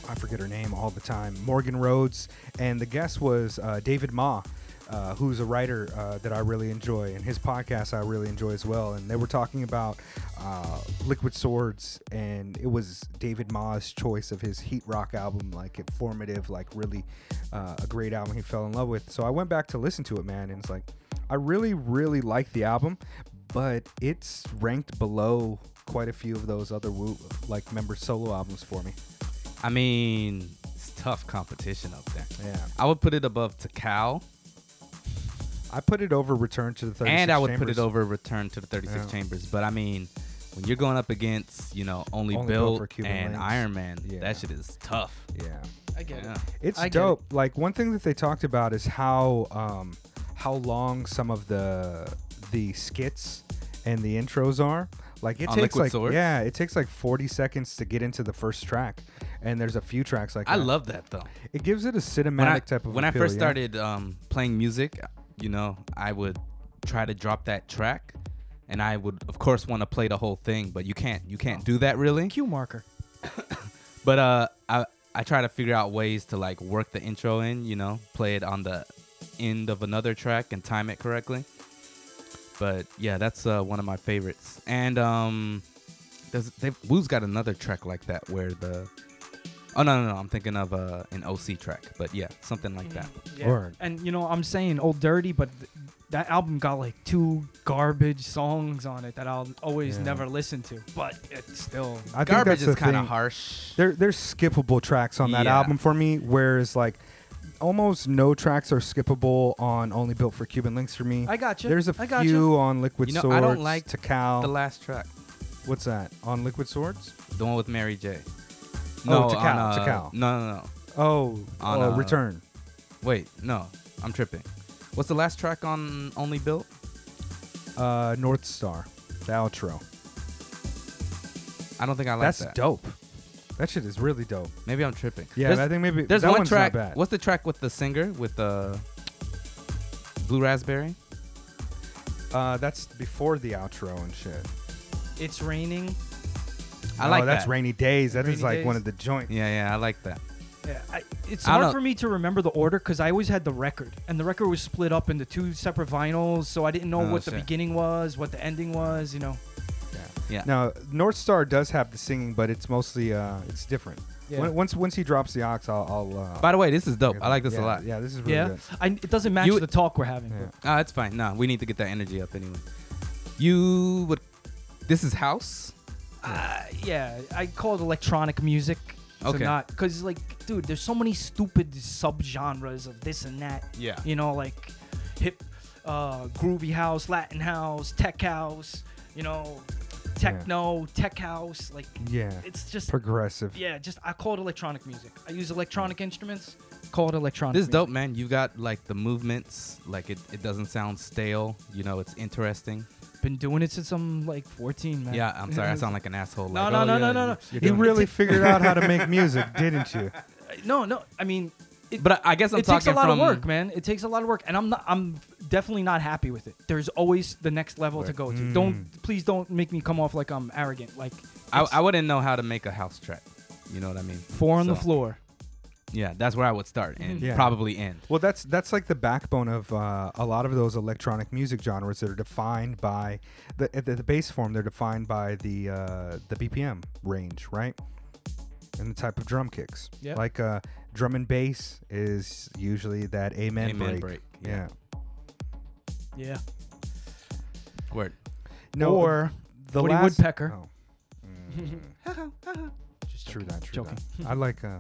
I forget her name all the time. Morgan Rhodes, and the guest was uh, David Ma, uh, who's a writer uh, that I really enjoy, and his podcast I really enjoy as well. And they were talking about uh, Liquid Swords, and it was David Ma's choice of his Heat Rock album, like it formative, like really uh, a great album he fell in love with. So I went back to listen to it, man, and it's like I really, really like the album, but it's ranked below quite a few of those other Wu like member solo albums for me. I mean, it's tough competition up there. Yeah. I would put it above Takao, I put it over Return to the 36 and I would put Chambers. it over Return to the Thirty Six Yeah. Chambers. But I mean, when you're going up against you know only, Only Built Bill for Cuban and Links. Iron Man, Yeah. that shit is tough. Yeah. I get Yeah. it. It's I get it. dope. Like one thing that they talked about is how um how long some of the the skits and the intros are. Like it On takes Liquid like Swords? yeah, it takes like 40 seconds to get into the first track. And there's a few tracks like I that. love that though. it gives it a cinematic when I, type of when appeal, I first yeah? started um, playing music, you know, I would try to drop that track, and I would of course want to play the whole thing, but you can't you can't do that really. Cue marker. But uh, I I try to figure out ways to like work the intro in, you know, play it on the end of another track and time it correctly. But yeah, that's uh, one of my favorites. And um, there's they've, Woo's got another track like that where the oh no no no I'm thinking of uh, an OC track, but yeah, something like that. Mm-hmm. Yeah. Word. And you know, I'm saying old dirty, but th- that album got like two garbage songs on it that I'll always Yeah. never listen to. But it's still I think garbage that's the is kind thing. of harsh. There, there's skippable tracks on that Yeah. album for me, whereas like almost no tracks are skippable on Only Built for Cuban Links for me. I gotcha. There's a I few gotcha. on Liquid You know, Swords. I don't like to Cal. The last track, What's that on Liquid Swords? the one with Mary J. Oh, to on, Cal, uh, to Cal. No, no, no. Oh, On, uh, uh, Return. Wait, no. I'm tripping. What's the last track on Only Built? Uh, North Star, the outro. I don't think I like That's that. dope. That shit is really dope. Maybe I'm tripping. Yeah, there's, I think maybe there's that one one's track. Not bad. What's the track with the singer with the Blue Raspberry? Uh, that's before the outro and shit. it's raining. I oh, like that's that. rainy days. That is Rainy like one Days. of the joints. Yeah, yeah, I like that. Yeah, I, [laughs] it's I hard don't- for me to remember the order because I always had the record, and the record was split up into two separate vinyls, so I didn't know Oh, what the shit. beginning was, what the ending was. You know, Yeah. Now North Star does have the singing, but it's mostly uh, it's different. Yeah. When- once once he drops the ox, I'll. I'll uh, By the way, this is dope. I like this yeah, a lot. Yeah, this is really yeah, good. I, it doesn't match You- the talk we're having. bro. Ah, it's fine. Nah, we need to get that energy up anyway. You would. This is house. Uh, yeah, I call it electronic music. to Okay. not because like, dude, there's so many stupid subgenres of this and that. Yeah. You know, like hip, uh, groovy house, Latin house, tech house. You know, techno, tech house. Like, Yeah. it's just Progressive. Yeah, just I call it electronic music. I use electronic instruments. Call it electronic. This is music. dope, man. You got like the movements. Like it, it doesn't sound stale. You know, it's interesting. Been doing it since I'm like 14, man. Yeah, [laughs] I'm sorry. I sound like an asshole. No, like, no, oh, no, yeah, no, no, no. you're You doing it. really figured out how to [laughs] make music, [laughs] didn't you? No, no. I mean, it, But I- I guess I'm it takes a talking lot of from- work, man. It takes a lot of work, and I'm not. I'm definitely not happy with it. There's always the next level to go to. Hmm. Don't please don't make me come off like I'm arrogant. Like I, it's I wouldn't know how to make a house track. You know what I mean? four on the So, floor. Yeah, that's where I would start [laughs] and Yeah. probably end. Well, that's that's like the backbone of uh, a lot of those electronic music genres that are defined by the at the, the bass form. They're defined by the uh, the BPM range, right? And the type of drum kicks. Yeah. Like uh, drum and bass is usually that amen, Amen break. break, Yeah. yeah. Yeah. Word. No. or the Woody last, Woodpecker. Oh, Mm. Just true joking. that. True Joking. [laughs] that. I like uh,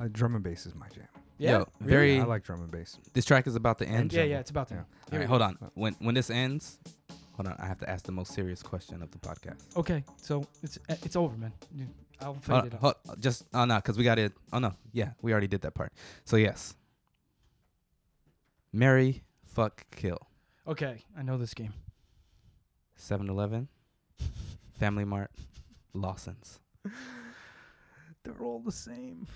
uh, drum and bass is my jam. Yeah. Yo, very. Yeah, I like drum and bass. this track is about to end. yeah, yeah. It's about that. All right, hold on. When when this ends, hold on. I have to ask the most serious question of the podcast. Okay, so it's it's over, man. You- I'll fade Hold, it on, up. hold, just oh no, because we got it. Oh no, yeah, we already did that part. So yes, Mary, fuck, kill. Okay, I know this game. 7-Eleven, Family Mart, Lawson's. They're all the same.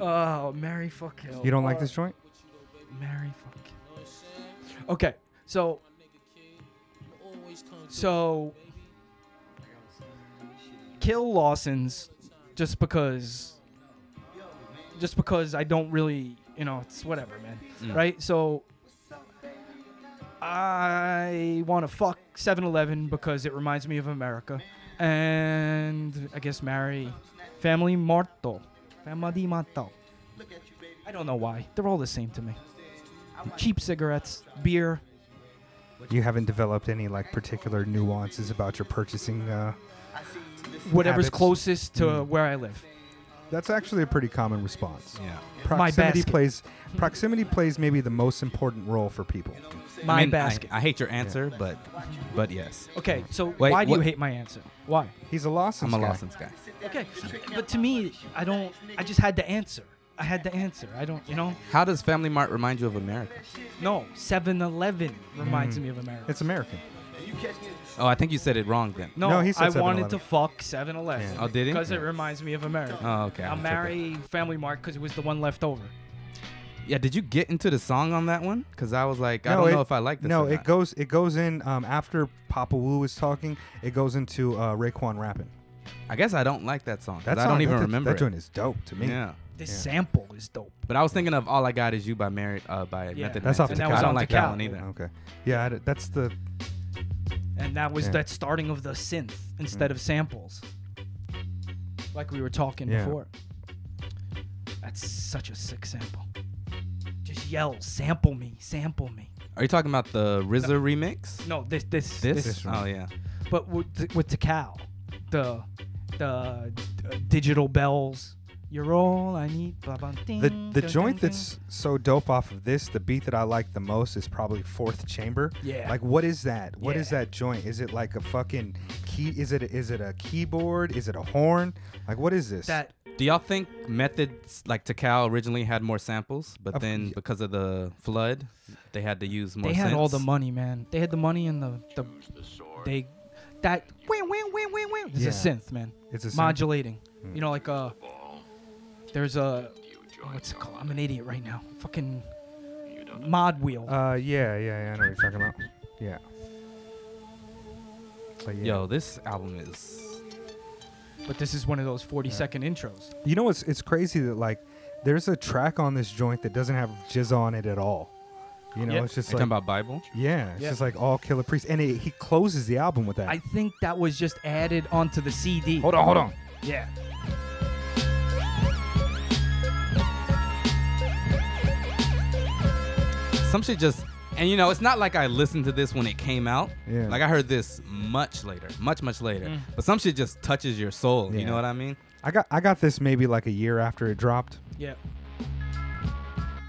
Oh, Mary fuck hell. You don't like this joint? Mary fuck hell. Okay, so so kill Lawson's just because just because I don't really you know it's whatever man Mm. right so I want to fuck 7-Eleven because it reminds me of America and I guess marry Family Marto Family Marto I don't know why they're all the same to me cheap cigarettes beer You haven't developed any like particular nuances about your purchasing. Uh, whatever's Habits. closest to Mm. where I live That's actually a pretty common response. Yeah. My Proximity basket. plays proximity plays maybe the most important role for people. my I mean, I- basket I, hate your answer, but but yes, okay so Wait, why do you what- hate my answer why He's a Lawson's I'm a guy. Lawson's guy. Okay, but to me, I don't. I just had the answer. I had the answer. I don't. You know. How does Family Mart remind you of America? No. 7-Eleven reminds me of America. Mm. It's American. Oh, I think you said it wrong then. no, No, he said I wanted 7-Eleven. to fuck 7-Eleven. Yeah. Oh, did he? Because it Yeah. reminds me of America. Oh, okay. I'll I took marry Family Mart because it was the one left over. Yeah, did you get into the song on that one? Because I was like, I don't it, know if I like this. No, or it not. goes it goes in um, after Papa Wu is talking. It goes into uh, Raekwon rapping. I guess I don't like that song. 'cause That's I don't even remember. That it. joint is dope to me. Yeah. This sample is dope. But I was thinking of "All I Got Is You" by Mary, uh, by Yeah. Method That's Man. off And the that was I cap. don't off like the that cap. one either. Okay. Yeah, I d- that's the And that was Yeah. Mm. that starting of the synth instead of samples. Like we were talking Yeah. before. That's such a sick sample. Just yell, sample me, sample me. Are you talking about the RZA remix? No, this this This? this oh yeah. but with t- with Takal, the the uh, digital bells. You're all I need. Blah, blah, ding, the the ding, joint ding, that's so dope off of this. The beat that I like the most is probably Fourth Chamber. Yeah. Like what is that? What is Yeah. that joint? Is it like a fucking key? Is it is it a keyboard? Is it a horn? Like what is this? ding. that. Do y'all think Methods like Takal originally had more samples, but Of- then yeah. because of the flood, they had to use more. They had all the synths? money, man. They had the money and the the they that win win win win win. It's Yeah. a synth, man. It's a synth. Hmm. modulating. You know, like uh, there's a what's it called? I'm an idiot right now. Fucking mod wheel. Uh, yeah, yeah, yeah. I know what you're talking about. Yeah. But yeah. Yo, this album is But this is one of those 40 second intros. You know, it's it's crazy that like there's a track on this joint that doesn't have jizz on it at all. You know, Yeah. it's just You like talking about Bible? Yeah, it's Yeah. just like all Killer Priest, and it, he closes the album with that. I think that was just added onto the CD. hold on, hold on. Yeah. Some shit just, and you know, it's not like I listened to this when it came out. Yeah. Like I heard this much later, much much later. Mm. But some shit just touches your soul. You Yeah. know what I mean? I got I got this maybe like a year after it dropped. Yeah.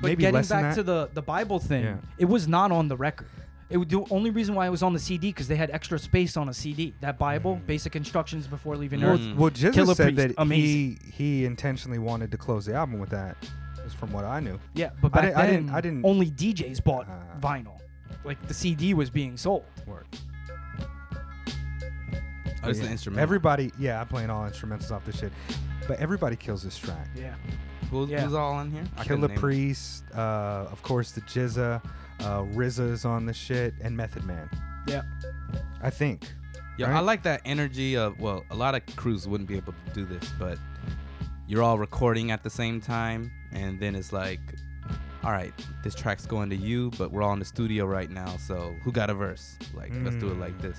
But Maybe getting less than back that. to Mm. the, the Bible thing, Yeah. it was not on the record. It would, the only reason why it was on the CD because they had extra space on a CD. That Bible, basic instructions before leaving Mm. Well, Earth. well Jizz Killer said Priest, that amazing. he he intentionally wanted to close the album with that. Is from what I knew. Yeah, but I back didn't- I then, didn't- I didn't- only DJs bought Ah. vinyl. Like the CD was being sold. Word. Oh, it's Yeah. an instrument. Everybody, yeah, I'm playing all instrumentals off this shit, but everybody kills this track. Yeah. who's, yeah. who's all in here? I couldn't Killer name it. Priest, uh, of course, the Jizza, uh, RZA's on the shit, and Method Man. Yeah. I think. Yeah, I right? like that energy of well, a lot of crews wouldn't be able to do this, but you're all recording at the same time and then it's like all right, this track's going to you, but we're all in the studio right now, so who got a verse? Like, let's do it Hmm. like this.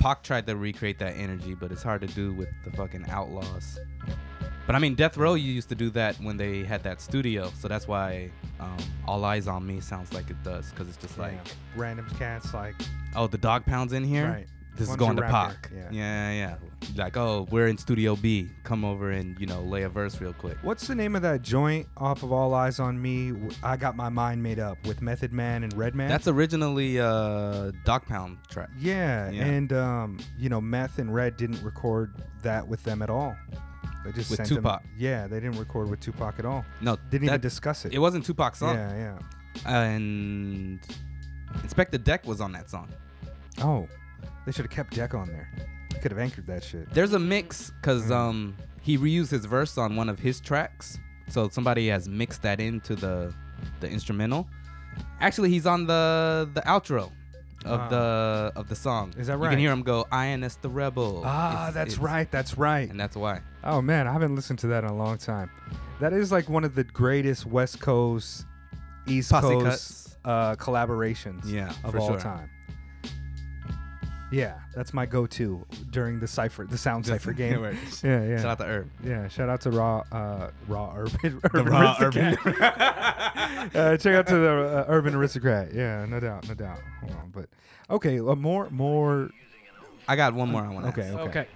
Pac tried to recreate that energy, but it's hard to do with the fucking outlaws. But I mean, Death Row you used to do that when they had that studio, so that's why um, All Eyes on Me sounds like it does, because it's just like, Yeah. random cats, like oh, the dog pound's in here. Right. This Why don't is you going to rap Pac. here? Yeah. Yeah. yeah, Like, oh, we're in Studio B. Come over and you know lay a verse real quick. what's the name of that joint off of All Eyes on Me? W- I got my mind made up with Method Man and Redman. That's originally uh, Dog Pound track. yeah, Yeah. and um, you know, Meth and Red didn't record that with them at all. They just With sent them- Tupac. yeah, they didn't record with Tupac at all. No, Didn't even that- discuss it. It wasn't Tupac's song. Yeah, yeah. and Inspector Deck was on that song. Oh, they should have kept Deck on there. They could have anchored that shit. There's a mix Mm-hmm. because um he reused his verse on one of his tracks, so somebody has mixed that into the the instrumental. Actually, he's on the the outro of Ah. the of the song. Is that You can right? hear him go "Ins the Rebel." Ah, It's- that's it's- right. That's right. and that's why. Oh man, I haven't listened to that in a long time. That is like one of the greatest West Coast, East Posse Coast cuts. uh, collaborations Yeah, of for all sure. time. Yeah, that's my go-to during the cipher, the sound [laughs] cipher game. Right. Yeah, yeah. Shout out to Herb. Yeah, shout out to Raw uh, Raw Urban, [laughs] Urban Raw Aristocrat. [laughs] uh, check out to the uh, Urban Aristocrat. Yeah, no doubt, no doubt. Hold on, but okay, uh, more more. I got one more I want to Okay, ask. okay. Okay.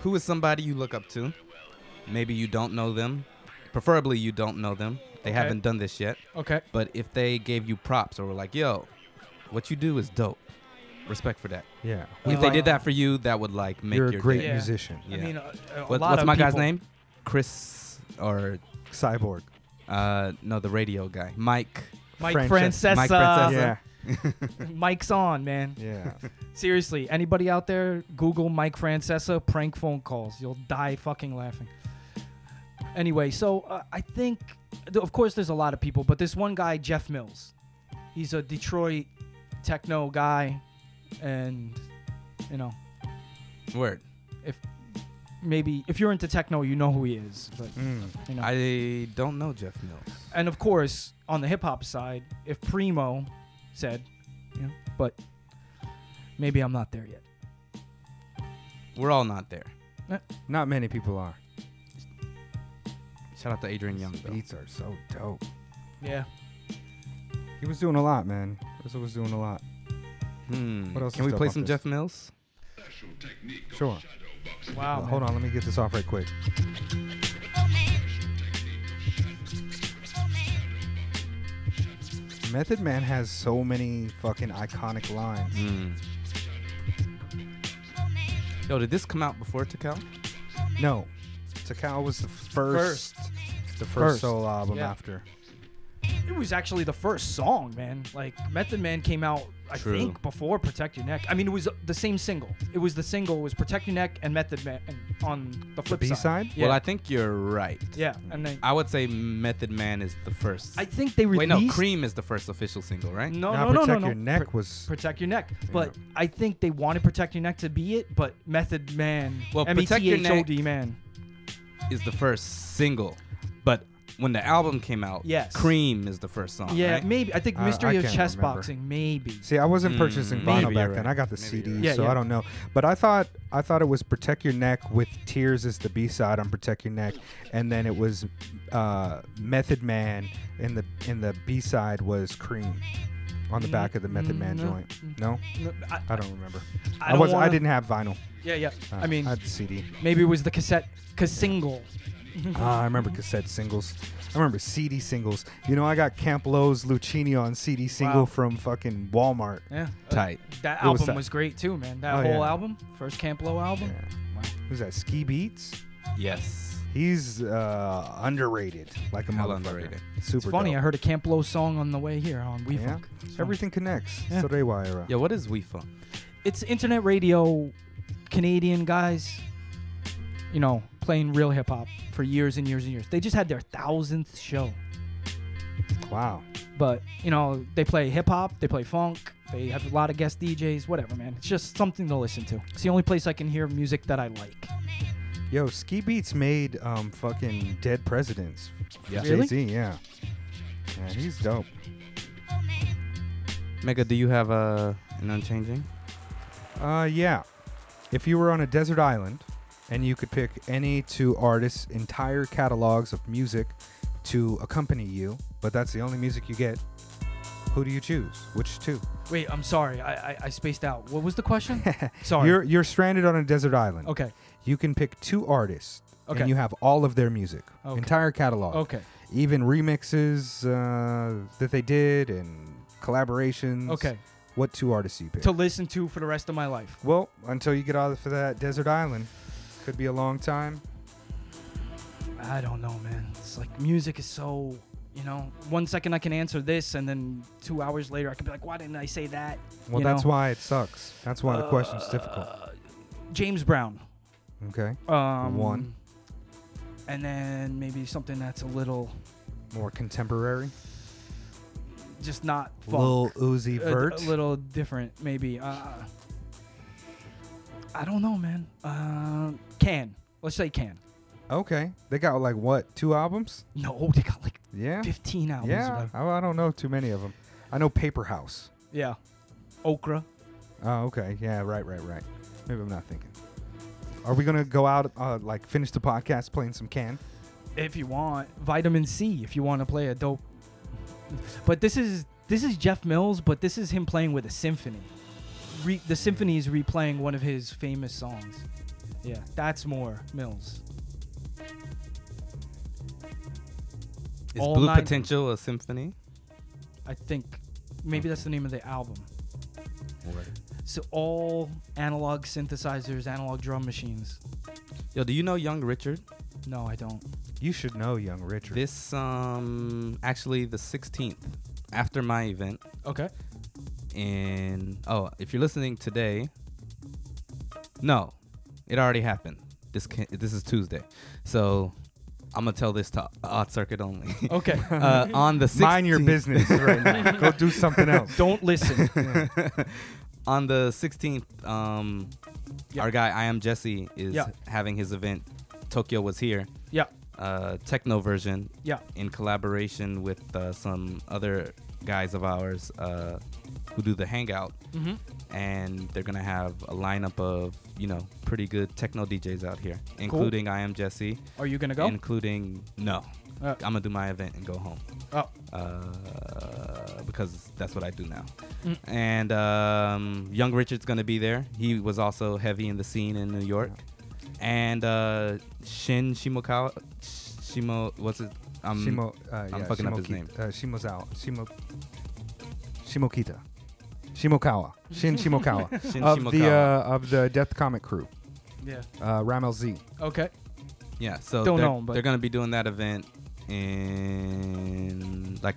Who is somebody you look up to? Maybe you don't know them. Preferably you don't know them. They Okay. haven't done this yet. Okay. But if they gave you props or were like, "Yo, what you do is dope," respect for that. Yeah, if they did that for you, that would like make you're a your great day. Yeah. musician, I Yeah. mean, a, a What- lot what's of my guy's people- name? Chris or cyborg. uh, no, the radio guy, Mike. Mike Francesa. Francesa. Mike Francesa. yeah, [laughs] Mike's on, man. yeah. Seriously, anybody out there, Google Mike Francesa prank phone calls. You'll die fucking laughing. Anyway, so uh, I think, th- of course, there's a lot of people, but this one guy, Jeff Mills, he's a Detroit techno guy, and you know, Word. maybe if you're into techno, you know who he is. But Mm. you know, Hmm. I don't know Jeff Mills. and of course, on the hip hop side, if Primo said, you know, but maybe I'm not there yet. We're all not there. Eh, Not many people are. Shout out to Adrian Young though. Beats are so dope. Yeah. He was doing a lot, man. Rizzo was doing a lot. Hmm. What else Can is we dope play off some this? Jeff Mills? Sure. Wow. Hold on, let me get this off right quick. Method Man has so many fucking iconic lines. Hmm. Yo, did this come out before Takal? No, Takao was the first, the first, First. solo album Yeah. after. it was actually the first song, man. Like Method Man came out, I True. think, before Protect Your Neck. I mean, it was the same single. It was the single. It was Protect Your Neck and Method Man on the flip B-side? Yeah. Well, I think you're right. Yeah, and then- I would say Method Man is the first. I think they Wait, no, released- Cream is the first official single, right? No, Nah, no, no, Protect no, no. Your Neck Pr- was- protect your neck. But I think they wanted protect your neck to be it, but Method Man, E Well, Protect Your Neck- M-E-T-H-O-D man. Is the first single, but when the album came out, Yes. Cream is the first song. Yeah, right? maybe I think I- I Mystery of can't Chess remember. Boxing, maybe. See, I wasn't Mm, purchasing maybe vinyl back you're then. right. I got the Maybe CD, you're right. so Yeah, yeah. I don't know. But I thought I thought it was "Protect Your Neck" with "Tears" as the B side on "Protect Your Neck," and then it was uh, Method Man, and the and the B side was "Cream" on the back of the Method Man Mm, no. joint. No, No, I, I don't remember. I I, don't was I wanna- didn't have vinyl. yeah, yeah. Uh, I mean, I had the CD. maybe it was the cassette, cause [laughs] single. Uh, Ah, I Mm-hmm. remember cassette singles. I remember CD singles. You know, I got Camp Lowe's Lucchini on CD single Wow. from fucking Walmart. Yeah, Tight. uh, that What was album was, that? great too, man. That Oh, whole yeah. album, first Camp Low album. Yeah. Who's that? Ski Beats. Yes. He's uh, underrated, like a Hell motherfucker. underrated. Super It's funny. dope. I heard a Camp Low song on the way here on We Yeah. Funk. It's funny. Everything connects. uh, Yeah. Yeah. Soray Wire. Yeah. What is We Funk? it's internet radio, Canadian guys, you know, playing real hip hop for years and years and years. They just had their thousandth show, Wow. but you know, they play hip hop, they play funk, they have a lot of guest DJs, whatever, man. It's just something to listen to. It's the only place I can hear music that I like. Yo, Ski Beats made um, fucking Dead Presidents. Yeah. Really? Jay-Z, yeah. Yeah, he's dope. Mega, do you have uh, an unchanging? Uh, yeah. If you were on a desert island and you could pick any two artists' entire catalogs of music to accompany you, but that's the only music you get, who do you choose? Which two? Wait, I'm sorry, I I, I spaced out. What was the [laughs] question? sorry. You're you're stranded on a desert island. okay. You can pick two artists, Okay. and you have all of their music, Okay. entire catalog. Okay. Even remixes uh, that they did and collaborations. Okay. What two artists do you pick? To listen to for the rest of my life. well, until you get off of that desert island, could be a long time. I don't know, man. It's like music is so, you know, one second I can answer this, and then two hours later I could be like, why didn't I say that? Well, You that's know? Uh, why it sucks. That's why the question's difficult. James Brown. Okay. Um, One. And then maybe something that's a little, More contemporary. just not funk. Lil Uzi A- Vert. A, little different, maybe. Uh, I don't know, man. Uh, can. Let's say can. okay. They got like what? Two albums? No, they got like Yeah. 15 albums. Yeah. Oh, whatever. I, I don't know too many of them. I know Paper House. Yeah. Okra. Oh, okay. Yeah, right, right, right. Maybe I'm not thinking. Are we gonna go out, uh, like, finish the podcast playing some can? if you want vitamin c if you want to play a dope but this is this is jeff mills but this is him playing with a symphony Re, the symphony is replaying one of his famous songs yeah that's more mills Is All Blue nine- Potential a symphony? i think maybe that's the name of the album so all analog synthesizers analog drum machines Yo, do you know Young Richard? no i don't You should know, young Richard. This um actually the 16th after my event okay and oh, if you're listening today, no, it already happened. This can, this is Tuesday, so I'm gonna tell this to Odd Circuit only. okay [laughs] uh, on the 16th, Mind your business right [laughs] now. go do something else. don't listen [laughs] on the 16th, um, Yeah. our guy I am Jesse is Yeah. having his event. Tokyo was here, yeah uh, techno version, yeah in collaboration with uh, some other guys of ours uh, who do the hangout mm-hmm. and they're gonna have a lineup of you know pretty good techno DJs out here, including I am Jesse, are you gonna go including no, Uh. I'm gonna do my event and go home oh uh, because that's what I do now. Mm. And um, Young Richard's gonna be there. He was also heavy in the scene in New York, and uh, Shin Shimokawa, Shimo, what's it? Um, Shimo, uh, I'm yeah, fucking up his Shimokita- name. Uh, Shimo's out. Shimo. Shimokita. Shimokawa. Shin Shimokawa. [laughs] Shin of the Shimokawa. uh, of the Death Comic crew. yeah Uh, Ramel Z. okay Yeah, Don't so they're, know 'em, but- they're gonna be doing that event in like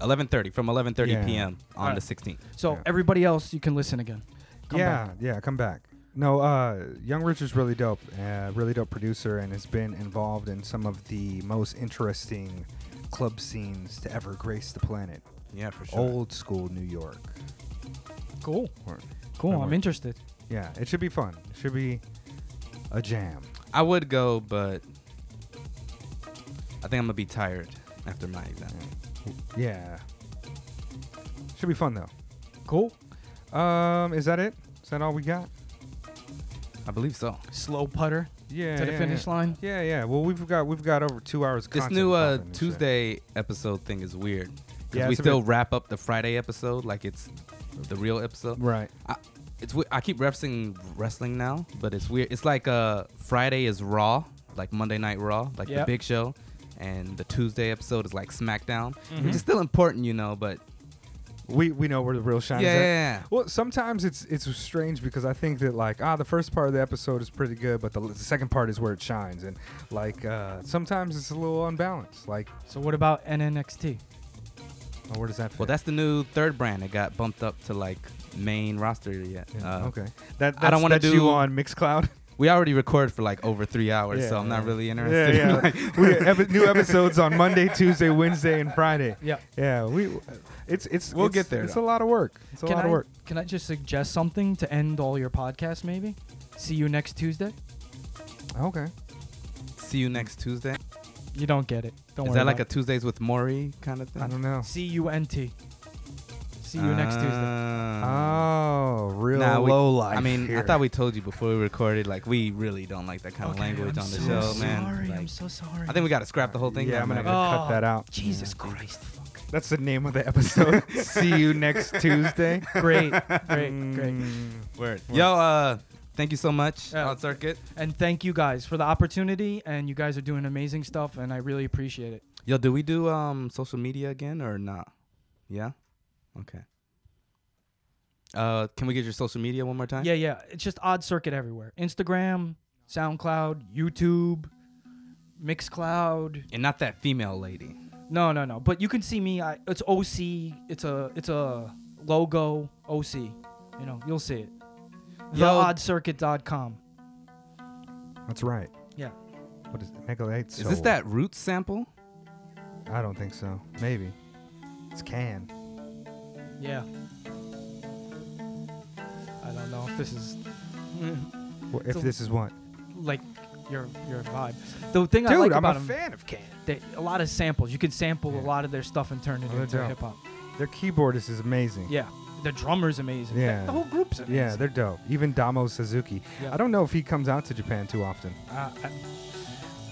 11:30 from 11:30 Yeah. p.m. on Alright. the 16th. So everybody else, you can listen again. Come yeah, back. yeah, come back. No, uh, Young Richard's really dope, uh, really dope producer, and has been involved in some of the most interesting club scenes to ever grace the planet. Yeah, for sure. Old school New York. Cool. Or- Cool. or- I'm interested. Yeah, it should be fun. It should be a jam. I would go, but I think I'm gonna be tired after my exam. Yeah, should be fun though. Cool. Um, is that it? Is that all we got? I believe so. Slow putter. Yeah, To the yeah, finish yeah. line. Yeah, yeah. Well, we've got we've got over two hours. of This content new uh, popping and shit. Tuesday episode thing is weird. 'Cause Yeah, we it's a still bit- wrap up the Friday episode like it's the real episode. Right. I, it's we- I keep referencing wrestling now, but it's weird. It's like uh Friday is Raw, like Monday Night Raw, like Yep. the Big Show, and the Tuesday episode is like SmackDown, Mhm. which is still important, you know. But Mm-hmm. We we know where the real shine Yeah, is. at. yeah, yeah. Well, sometimes it's it's strange because I think that like ah the first part of the episode is pretty good, but the, the second part is where it shines, and like uh, sometimes it's a little unbalanced. Like, So what about NNXT? oh, where does that fit? well, that's the new third brand. It got bumped up to like main roster yet. Yeah, Uh, okay. That I don't want to do you on Mixcloud. [laughs] We already recorded for like over three hours, Yeah, so I'm not yeah. really Yeah, interested. in, [laughs] yeah. like- [laughs] we have epi- new episodes on Monday, Tuesday, Wednesday, and Friday. Yeah. yeah. We, it's it's We'll it's- get there, It's though. a lot of work. It's a can lot I, of work. Can I just suggest something to end all your podcasts? Maybe. See you next Tuesday. Okay. See you next Tuesday. You don't get it. Don't is worry. that like a about Tuesdays with Maury kind of thing? I don't know. it. C U N T? See you next Tuesday. Ah. Oh, real Uh, Nah, we- low life. I mean, I here. thought we told you before we recorded, like we really don't like that kind Okay, of language I'm on the so show, sorry. man. I'm Like, so sorry. I think we got to scrap the whole thing. Yeah, now, I'm gonna man. have to cut Oh, that out. Jesus Christ. Fuck. That's the name of the [laughs] episode. See you next Tuesday. Mm, Great. Great. Great. Mm, Word. Yo, uh, thank you so much, Yeah. Out Circuit. And thank you guys for the opportunity. And you guys are doing amazing stuff. And I really appreciate it. Yo, do we do um social media again or not? Yeah. Okay. Uh, can we get your social media one more time? Yeah, yeah. It's just odd circuit everywhere. Instagram, SoundCloud, YouTube, Mixcloud. And not that female lady. No, no, no. But you can see me. I, it's OC. It's a it's a logo OC. You know, you'll see it. Yo. TheOddCircuit.com. That's right. Yeah. What is it? Megalate Is this that root sample? I don't think so. Maybe. It's can. Yeah. I don't know if this [laughs] is Wha- If So- this is what? like your your vibe. The thing I Dude, like I'm about a 'em, fan of can. they, a lot of samples. You can sample Yeah. a lot of their stuff and turn it Oh, they're into dope. hip hop. Their keyboardist is amazing. Yeah. The drummer's amazing. The- Yeah. The, whole group's amazing. Yeah, they're dope. Even Damo Suzuki. Yeah. I don't know if he comes out to Japan too often. Uh, I-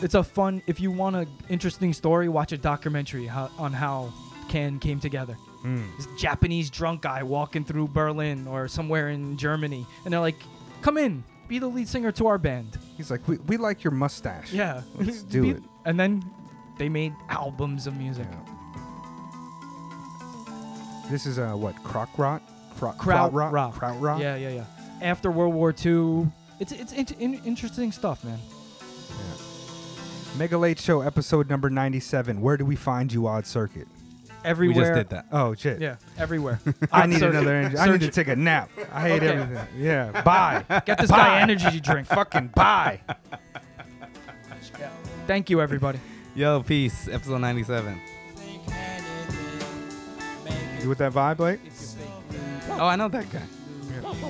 it's a fun. If you want an interesting story, watch a documentary ho- on how Can came together. This Japanese drunk guy walking through Berlin or somewhere in Germany, and they're like, "Come in, be the lead singer to our band." He's like, we, we like your [laughs] mustache. Yeah, Let's do Be- it. And then they made albums of music. Yeah. This is uh what? Crock rot? Crock Kraut rot? rock. Kraut rot? Yeah, yeah, yeah. After World War II, it's it's in- in- interesting stuff, man. Mega Late Show episode number 97. Where do we find you, Odd Circuit? Everywhere. We just did that. Oh, shit. Yeah, everywhere. [laughs] I need Search- another energy. I need to search- take a nap. I hate Okay. everything. Yeah. Bye. [laughs] Get this guy energy drink. [laughs] Fucking bye. [laughs] Yeah. Thank you, everybody. Yo, peace. Episode 97. You with that vibe, Blake? Oh, I know that guy.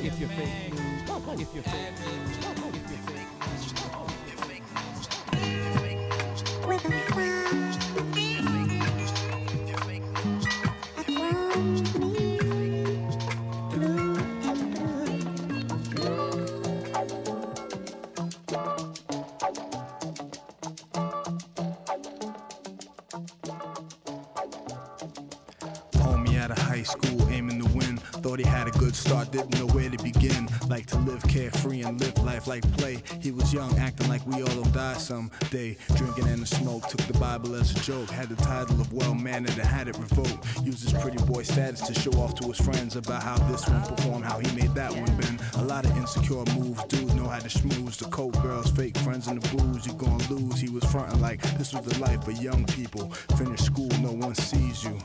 If you're fake news, if you're fake news, if you're fake news, if you're fake news, if you're fake news, Mm. if you're fake news, if you're fake news, if you're fake news, if you're fake news. Homie out of high school, aiming to win. Thought he had a good start, didn't know where to begin. Like to live carefree and live life like play. He was young, acting like we all'll die someday. Drinking and the smoke, took the Bible as a joke. Had the title of well mannered and had it revoked. Used his pretty boy status to show off to his friends about how this one performed, how he made that one bend. A lot of insecure moves, dudes know how to schmooze. The coke girls, fake friends, and the booze. You gon' lose. He was fronting like this was the life of young people. Finish school, no one sees you.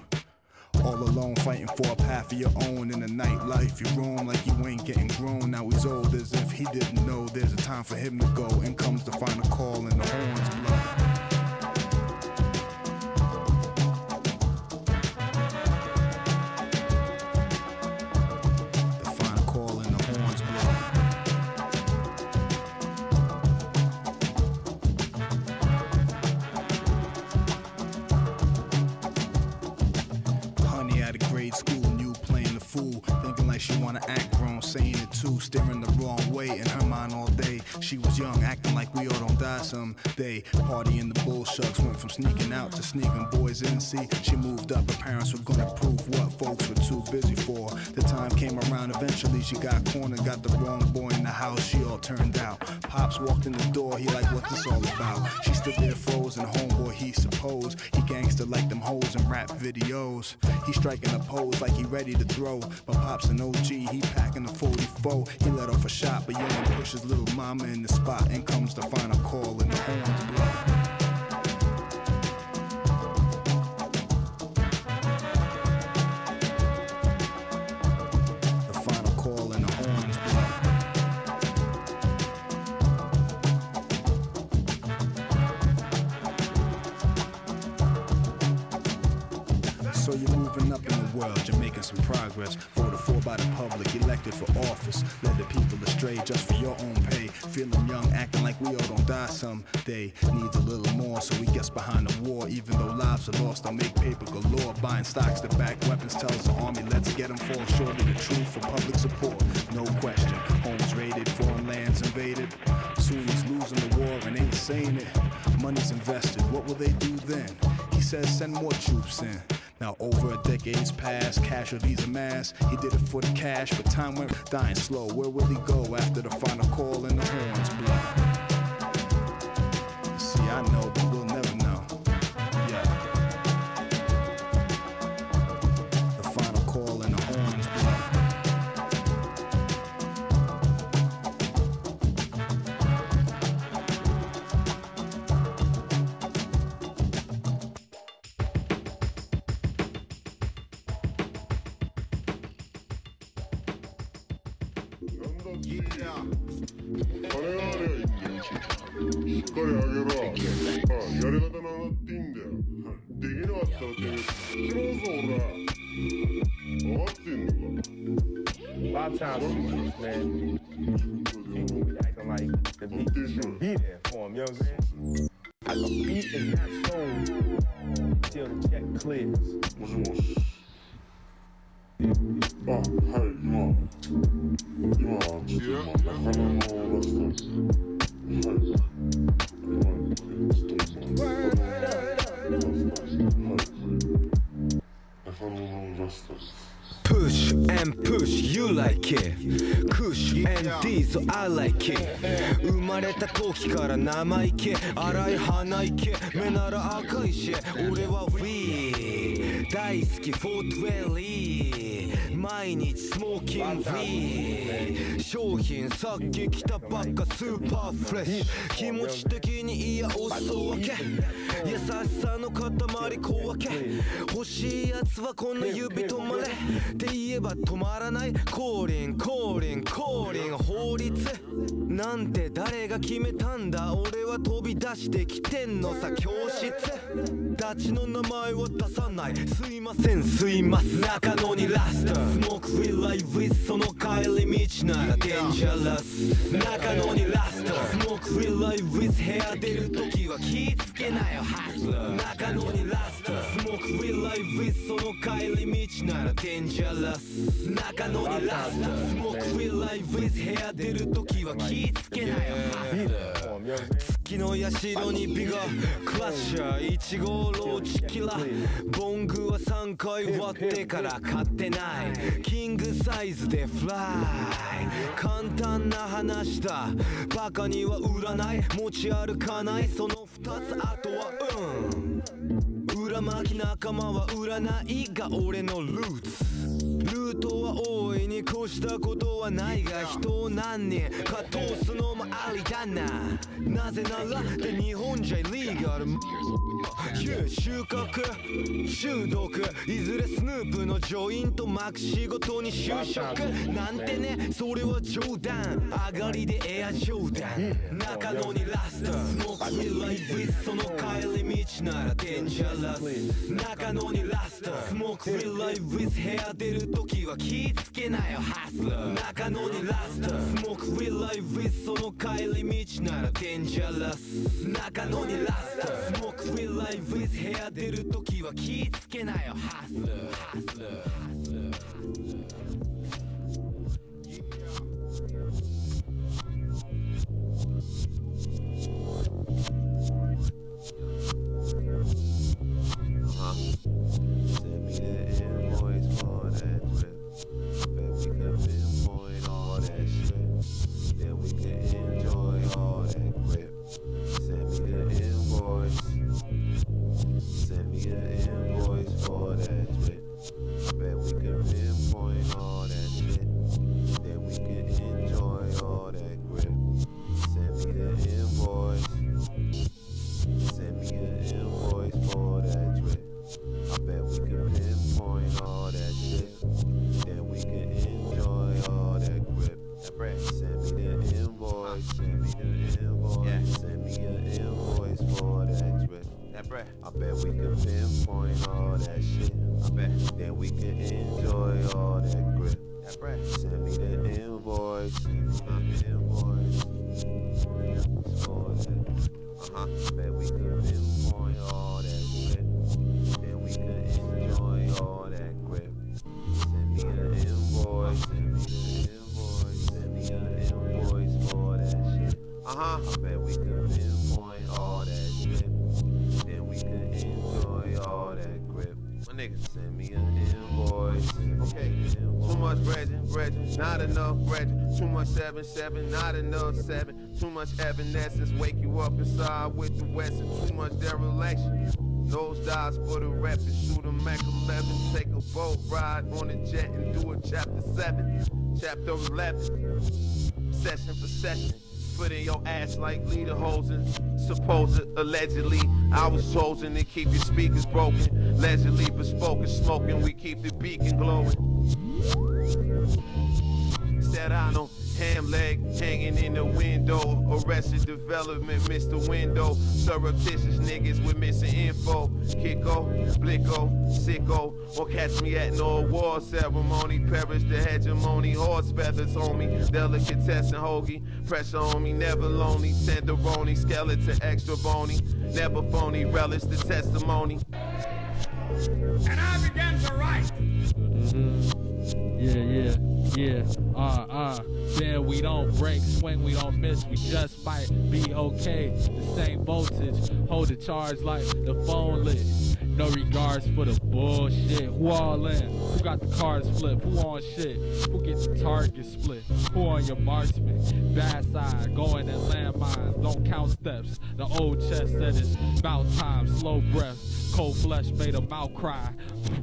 All alone, fighting for a path of your own in the nightlife. You roam like you ain't getting grown. Now he's old as if he didn't know there's a time for him to go. In comes the final call and the horns blow. The final call and the horns blow. Honey out of grade school, and you playing the fool. Thinking like she wanna act grown, saying it too. Staring the wrong way in her mind all day. She was young, acting like we all don't die someday. Party in the bull shucks, went from sneaking out to sneaking boys in. See, she moved up, her parents were gonna prove what folks were too busy for. The time came around, eventually she got cornered, got the wrong boy in the house, she all turned out. Pops walked in the door, he like, what this all about? She stood there frozen, homeboy, he supposed. He gangster like them hoes in rap videos. He striking a pose like he ready to throw. But Pops an OG, he packing a 44. He let off a shot, but young pushes little mama in the spot. And comes the final call and the horns blow. The final call and the horns blow. So you're moving up in the world, you're making some progress. Voted for by the public, elected for office. Led the people astray just for your own pay. Feeling young, acting like we all don't die someday. Needs a little more, so we gets behind the war. Even though lives are lost, I'll make paper galore. Buying stocks to back weapons tells the army, let's get them fall short of the truth for public support. No question, homes raided, foreign lands invaded. Soon he's losing the war and ain't saying it. Money's invested, what will they do then? He says send more troops in. Now over a decade's passed, casualties amassed. He did it for the cash, but time went dying slow. Where will he go after the final call and the horns blow? See, I know, but we'll never know. Yeah. The final call and the horns blow. A lot of times, teachers, man, people be acting like the beat should be there for them, you know what I'm saying? Like a beat is not shown until the check clears. Push and push, you like it. Push and D, so I like it. 生まれた時から生意気、荒い鼻息、目なら赤いし、俺は We 大好き420。毎日スモーキングフリー商品さっき来たばっかスーパーフレッシュ気持ち的にいやお裾分け優しさの塊小分け欲しいやつはこの指止まれって言えば止まらない降臨降臨降臨法律なんて誰が決めたんだ俺は飛び出してきてんのさ教室たちの名前は出さないすいませんすいません中野にラストスモークフィーライウィスその帰り道ならデンジャラス中野にラストスモークフィーライウィス部屋出るときは気ぃつけなよハス中野にラストスモークフィーライウィスその帰り道ならデンジャラス中野にラストスモークフィーライウィス部屋出るときは気ぃつけなよハス Be there for them, you know what I'm saying? 月の社にビガクラッシャー1号ローチキラボングは3回割ってから買ってないキングサイズでフライ簡単な話だバカには売らない持ち歩かないその2つあとはうん裏巻き仲間は占いが俺のルーツルートは大いに越したことははないが人を何人か通すのもありだななぜならで日本じゃイリーガル旧収穫中毒いずれスヌープのジョイント巻く仕事に就職なんてねそれは冗談上がりでエアジョーダン中野にラストスモークリライブその帰り道ならデンジャラス中野にラストスモークリライブ部屋出る時は気ぃつけなよハスラー中野にラストスモークリライブその帰り道ならデンジャラス中野にラストスモークリライブ部屋出る時は気ぃつけなよハスラーハスラーハスラー Send me the invoice for that trip. Bet we could pinpoint all that shit. Then we could enjoy all that grip. Send me the invoice. Send me the invoice for that trip. Bet we could pinpoint all that shit. Then we could enjoy all that grip. Send me the invoice. Send me the invoice for that trip. I bet we could pinpoint all that shit. Then we could enjoy all that grip. Send me the invoice. Send me the invoice. Send me an invoice for that trip. I bet we could pinpoint all that shit. I bet. Then we could enjoy all that grip. Send me the invoice. Send me the invoice. For that. Uh-huh. Bet we could pinpoint all that grip. Then we could enjoy all that grip. Send me an invoice. Send me an invoice. Send me an invoice for that shit. Uh huh. I bet we could pinpoint all that shit. Then we could enjoy all that grip. My nigga, send me an invoice. Okay. Too much resin, resin, not enough resin. Too much seven, seven, not enough seven. Too much evanescence, wake you up inside with the west. and Too much dereliction. Nose dives for the rep and shoot a Mac 11. Take a boat ride on a jet and do a chapter seven, chapter 11. Session for session. Foot in your ass like leader hosing. Supposed allegedly, I was chosen to keep your speakers broken. Allegedly bespoken, smoking, we keep the beacon glowing. Serrano, ham leg hanging in the window. Arrested development, Mr. Window. Surreptitious niggas with missing info. Kiko, Blicko, Sicko. Or catch me at an all war ceremony. Perish the hegemony, horse feathers, homie. Delicatessen, hoagie. Pressure on me, never lonely. Tenderoni, skeleton, extra bony. Never phony, relish the testimony. And I began to write. Mm-hmm. Yeah, yeah, yeah. Uh, uh. Then we don't break, swing, we don't miss. We just might be okay. The same voltage, hold the charge like the phone lit. No regards for the bullshit. Who all in? Who got the cards flipped? Who on shit? Who get the target split? Who on your marksman? Bad side, going in landmines. Don't count steps. The old chest said it's about time. Slow breath, cold flesh made a mouth cry.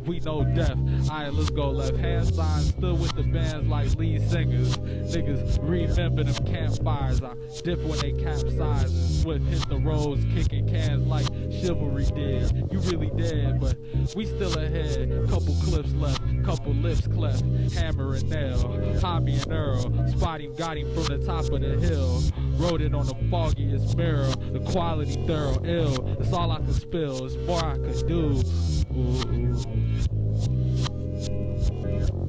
We know death. Alright, let's go left hand sign. Still with the bands like lead singers. Niggas remember them campfires. I dip when they capsize and swift hit the roads, kicking cans like chivalry did. You really dead, but we still ahead. Couple clips left, couple lips cleft. Hammer and nail, Hobby and Earl. Spot him, got him from the top of the hill. Wrote it on the foggiest mirror. The quality thorough, ill. It's all I could spill. It's more I could do. Ooh.